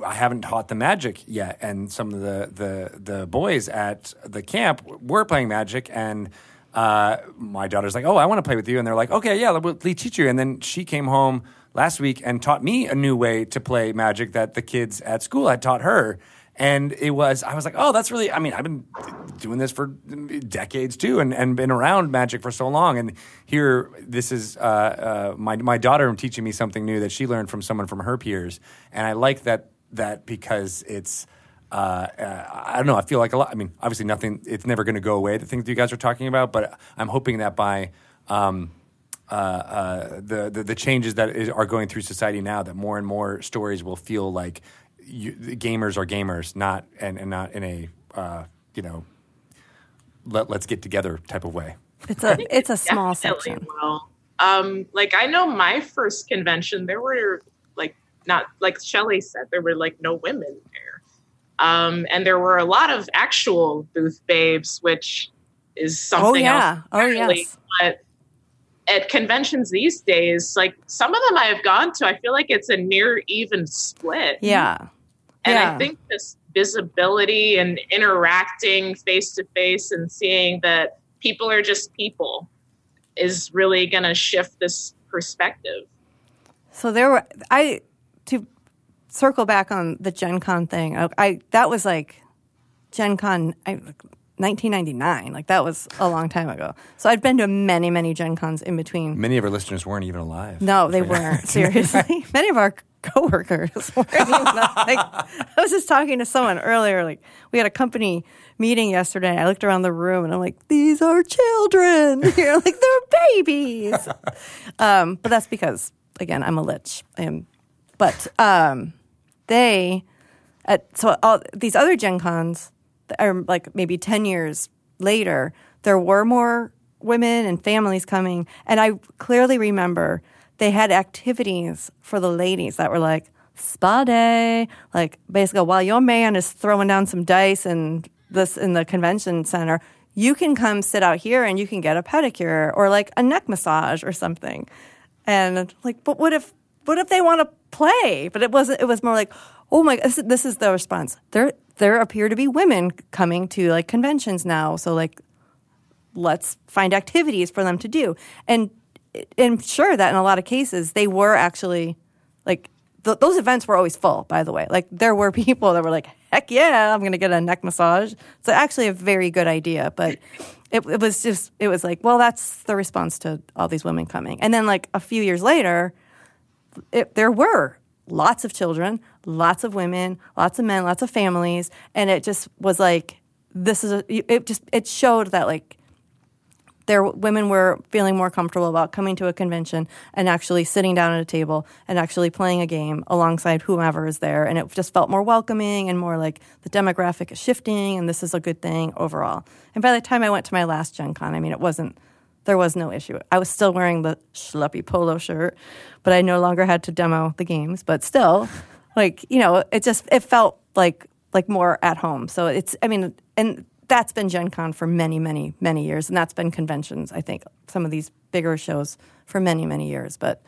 I haven't taught the magic yet. And some of the the the boys at the camp were playing magic, and uh, my daughter's like, "Oh, I want to play with you," and they're like, "Okay, yeah, we'll we'll teach you." And then she came home last week and taught me a new way to play magic that the kids at school had taught her. And it was, I was like, oh, that's really, I mean, I've been doing this for decades too and, and been around magic for so long. And here, this is uh, uh, my, my daughter teaching me something new that she learned from someone from her peers. And I like that, that because it's, uh, uh, I don't know, I feel like a lot, I mean, obviously nothing, it's never going to go away, the things that you guys are talking about, but I'm hoping that by, um, uh, uh, the, the the changes that is, are going through society now that more and more stories will feel like you, the gamers are gamers, not and, and not in a uh, you know let let's get together type of way. it's a it's a small Definitely section will. Um, like I know my first convention, there were like not like Shelley said, there were like no women there, um, and there were a lot of actual booth babes, which is something yeah. else. Oh, entirely. yes. but at conventions these days, like some of them I have gone to, I feel like it's a near even split. Yeah. And yeah. I think this visibility and interacting face to face and seeing that people are just people is really going to shift this perspective. So there were I to circle back on the Gen Con thing. I, I that was like Gen Con I, 1999. Like that was a long time ago. So I'd been to many many Gen Cons in between. Many of our listeners weren't even alive. No, they weren't seriously. many of our coworkers weren't even like I was just talking to someone earlier like we had a company meeting yesterday. I looked around the room and I'm like these are children. You know, like they're babies. um, but that's because again, I'm a lich. I am but um, they at so all these other Gen Cons that are like maybe ten years later, there were more women and families coming, and I clearly remember they had activities for the ladies that were like spa day, like basically while your man is throwing down some dice and this in the convention center. You can come sit out here and you can get a pedicure or like a neck massage or something. And like, but what if what if they want to play? But it wasn't. It was more like, oh my, this, this is the response. There, there appear to be women coming to like conventions now. So like, let's find activities for them to do. And and sure that in a lot of cases they were actually like th- those events were always full. By the way, like there were people that were like, heck yeah, I'm going to get a neck massage. It's actually a very good idea, but. It, it was just, it was like, well, that's the response to all these women coming. And then, like, a few years later, it, there were lots of children, lots of women, lots of men, lots of families, and it just was like this is a, it just it showed that like there women were feeling more comfortable about coming to a convention and actually sitting down at a table and actually playing a game alongside whomever is there and it just felt more welcoming and more like the demographic is shifting and this is a good thing overall and by the time i went to my last gen con i mean it wasn't there was no issue. I was still wearing the schleppy polo shirt, but I no longer had to demo the games. But still, like you know, it just it felt like like more at home. So it's I mean, and that's been Gen Con for many, many, many years, and that's been conventions. I think some of these bigger shows for many, many years. But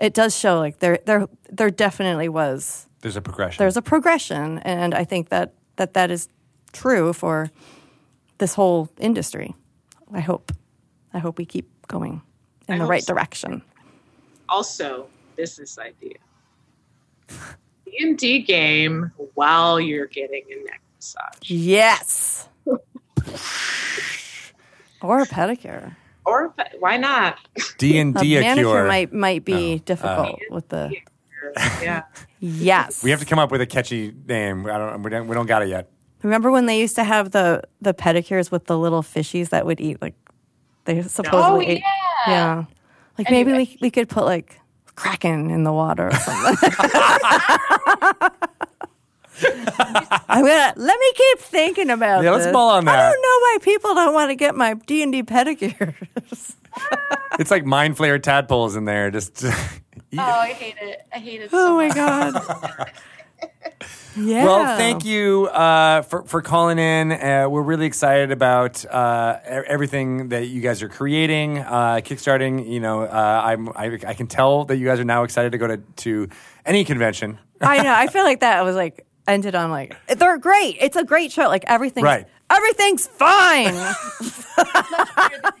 it does show like there there there definitely was There's a progression. there's a progression, and I think that that that is true for this whole industry. I hope. I hope we keep going in I the hope right so. direction. Also, business idea. D&D game while you're getting a neck massage Yes. or a pedicure. or if- why not? D and A D a manicure cure. might might be difficult Uh-huh. with the Yeah. yes. We have to come up with a catchy name. I don't. We don't, we don't got it yet. Remember when they used to have the the pedicures with the little fishies that would eat like they Oh, supposedly yeah. ate yeah. e Like maybe we we could put like kraken in the water or something. I'm gonna let me keep thinking about Yeah, let's this. mull on I that. don't know why people don't want to get my D and D pedicures. It's like mind flayer tadpoles in there. Just Oh, I hate it. I hate it. oh so my much. god. yeah. Well, thank you uh, for for calling in. Uh, we're really excited about uh, e- everything that you guys are creating, uh, kickstarting. You know, uh, I'm I, I can tell that you guys are now excited to go to to any convention. I know. I feel like that was like ended on like they're great. It's a great show. Like everything's Right. everything's fine.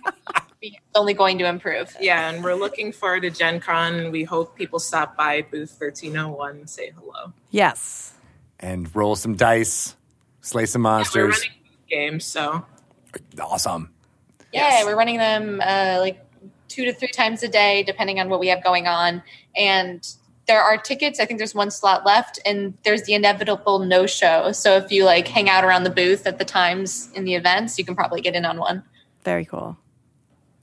It's only going to improve. Yeah, and we're looking forward to Gen Con. We hope people stop by booth 1301 and say hello. yes. and roll some dice, slay some We're monsters. running booth games, so awesome. Yes. Yeah, we're running them uh, like two to three times a day, depending on what we have going on. And there are tickets. I think there's one slot left, and there's the inevitable no show. So if you like hang out around the booth at the times in the events, you can probably get in on one. Very cool.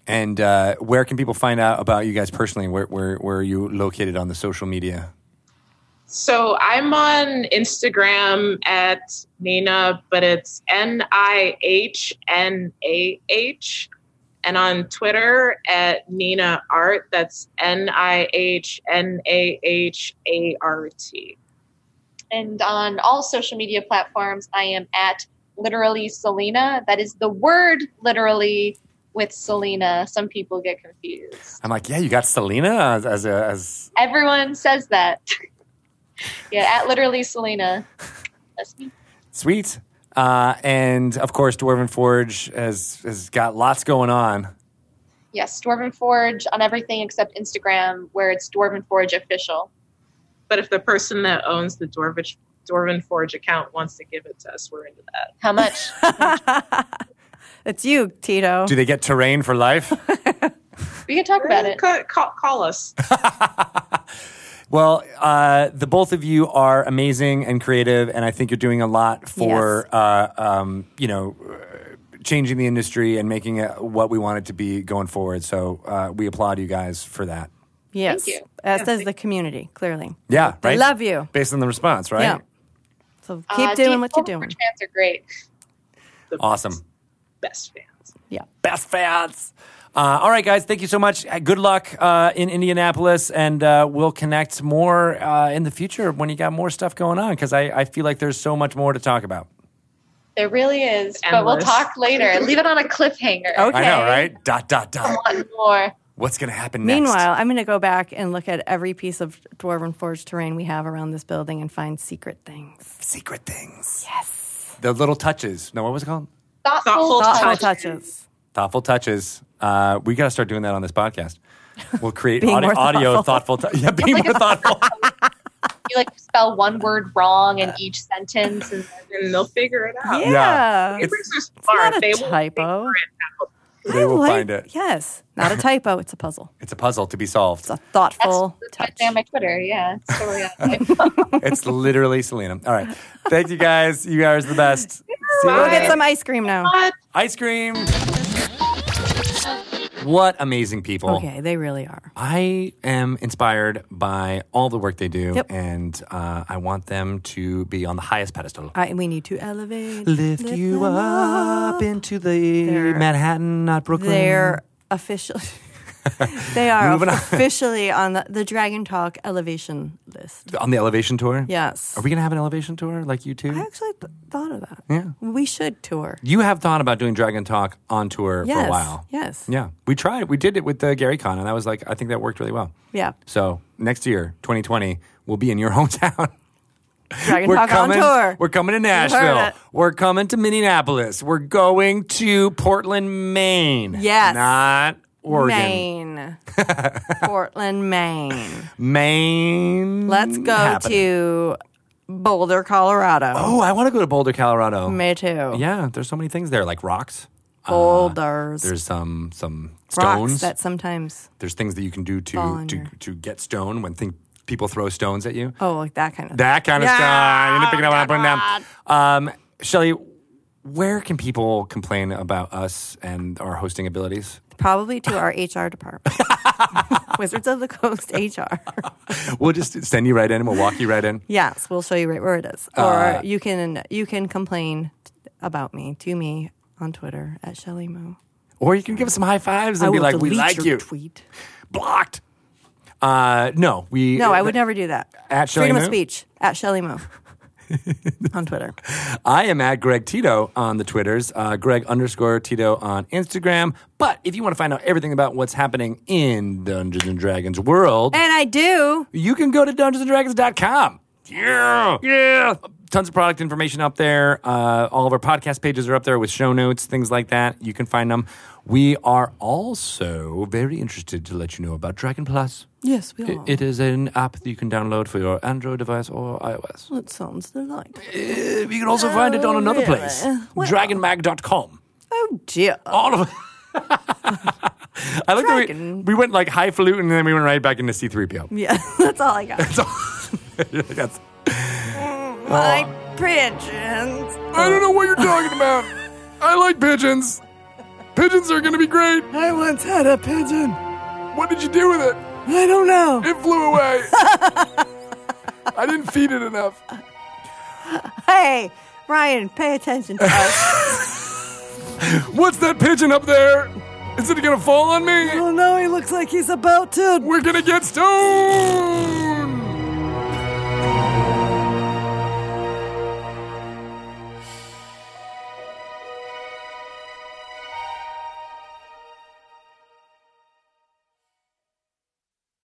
And uh, where can people find out about you guys personally? Where, where, where are you located on the social media? So I'm on Instagram at Nina, but it's N I H N A H, and on Twitter at Nina Art. That's N I H N A H A R T. And on all social media platforms, I am at literally Selena. That is the word literally with Selena, some people get confused. I'm like, yeah, you got Selena as as, a, as Everyone says that. yeah, at literally Selena. That's me. sweet, uh, and of course, Dwarven Forge has has got lots going on. Yes, Dwarven Forge on everything except Instagram, where it's Dwarven Forge official. But if the person that owns the Dwarvish, Dwarven Forge account wants to give it to us, we're into that. How much? it's you, Tito. Do they get terrain for life? we can talk about it. Ca- Call, call us. Well, uh, the both of you are amazing and creative, and I think you're doing a lot for uh, um, you know uh, changing the industry and making it what we want it to be going forward. So uh, we applaud you guys for that. yes. you. As does the community, clearly. Yeah, They right. love you. based on the response, right? Yeah. So Uh, keep doing Deep what you're Dwarven doing. Forge Fans are great. The Awesome. Best fans. Best fans. Uh, all right, guys. Thank you so much. Uh, Good luck uh, in Indianapolis, and uh, we'll connect more uh, in the future when you got more stuff going on. Because I, I feel like there's so much more to talk about. There really is. But we'll endless. talk later. Leave it on a cliffhanger. Okay. I know, right? Dot dot dot. I want more. What's gonna happen next? Meanwhile, I'm going to go back and look at every piece of Dwarven Forge terrain we have around this building and find secret things. secret things. Yes. The little touches. No, what was it called? Thoughtful, Thoughtful talk. Thoughtful Touches. touches. Thoughtful touches. Uh, we got to start doing that on this podcast. We'll create Being audi- more audio thoughtful. tou- yeah, be more thoughtful. You like spell one word wrong in each sentence. And And they'll figure it out. Yeah. Yeah. It's, Neighbors are smart. not a They will typo. they I will like- find it. Yes. Not a typo. It's a puzzle. It's a puzzle to be solved. It's a that's thoughtful that's what I touch. say on my Twitter. Yeah. It's totally on. it's literally Selena. All right. Thank you guys. You guys are the best. See you Go later. get some ice cream now. Ice cream. What amazing people. Okay, they really are. I am inspired by all the work they do, Yep. and uh, I want them to be on the highest pedestal. I, we need to elevate. lift, you them up, into the They're- Manhattan, not Brooklyn. They're officially. they are Moving on. officially on the, the Dragon Talk elevation list. on the elevation tour. Yes. Are we gonna have an elevation tour like you two? I actually th- thought of that. Yeah. We should tour. You have thought about doing Dragon Talk on tour Yes. for a while. Yes. Yeah, we tried. We did it with uh, Gary Con, and that was like I think that worked really well. Yeah. So next year, 2020, we'll be in your hometown. Dragon Talk coming. on tour. We're coming to heard Nashville. it. We're coming to Minneapolis. We're going to Portland, Maine. Yes. not Oregon. Maine. Portland, Maine. Maine. Let's go Mm, happening. to Boulder, Colorado. Oh, I want to go to Boulder, Colorado. Me too. Oh. Yeah, there's so many things there, like rocks. Boulders. There's some some rocks stones. that sometimes. there's things that you can do Fall to on to, your- to get stone when think people throw stones at you. Oh, like that kind of. That kind of stuff. You need to pick it up and put it down. Um, Shelly, where can people complain about us and our hosting abilities? Probably to our HR department. Wizards of the Coast HR. We'll just send you right in. We'll walk you right in. yes, we'll show you right where it is. Uh, Or you can you can complain about me to me on Twitter at Shelly Mo. Or you can give us some high fives and I be will like, we delete like your you. Tweet. Blocked. Uh, no, we. No, I would never do that. At Shelley Freedom Mo? of speech at Shelly Mo on Twitter. I am at Greg Tito on the Twitters, uh, Greg underscore Tito on Instagram. But if you want to find out everything about what's happening in Dungeons and Dragons world, And I do. you can go to dungeonsanddragons.com. Yeah. Yeah. Tons of product information up there. Uh, all of our podcast pages are up there with show notes, things like that. You can find them. We are also very interested to let you know about Dragon Plus. Yes, we It- are. it is an app that you can download for your Android device or iOS. That sounds delightful. Uh, you can also find it on another Oh, really? place, Well- dragonmag.com. Oh dear. All of I like that we, Dragon. we went like highfalutin and then we went right back into C3PO. Yeah, that's all I Oh. got. That's- My pigeons. I don't know what you're talking about. I like pigeons. Pigeons are going to be great. I once had a pigeon. What did you do with it? I don't know. It flew away. I didn't feed it enough. Hey, Ryan, pay attention to us. What's that pigeon up there? Is it going to fall on me? oh no, he looks like he's about to. We're going to get stoned.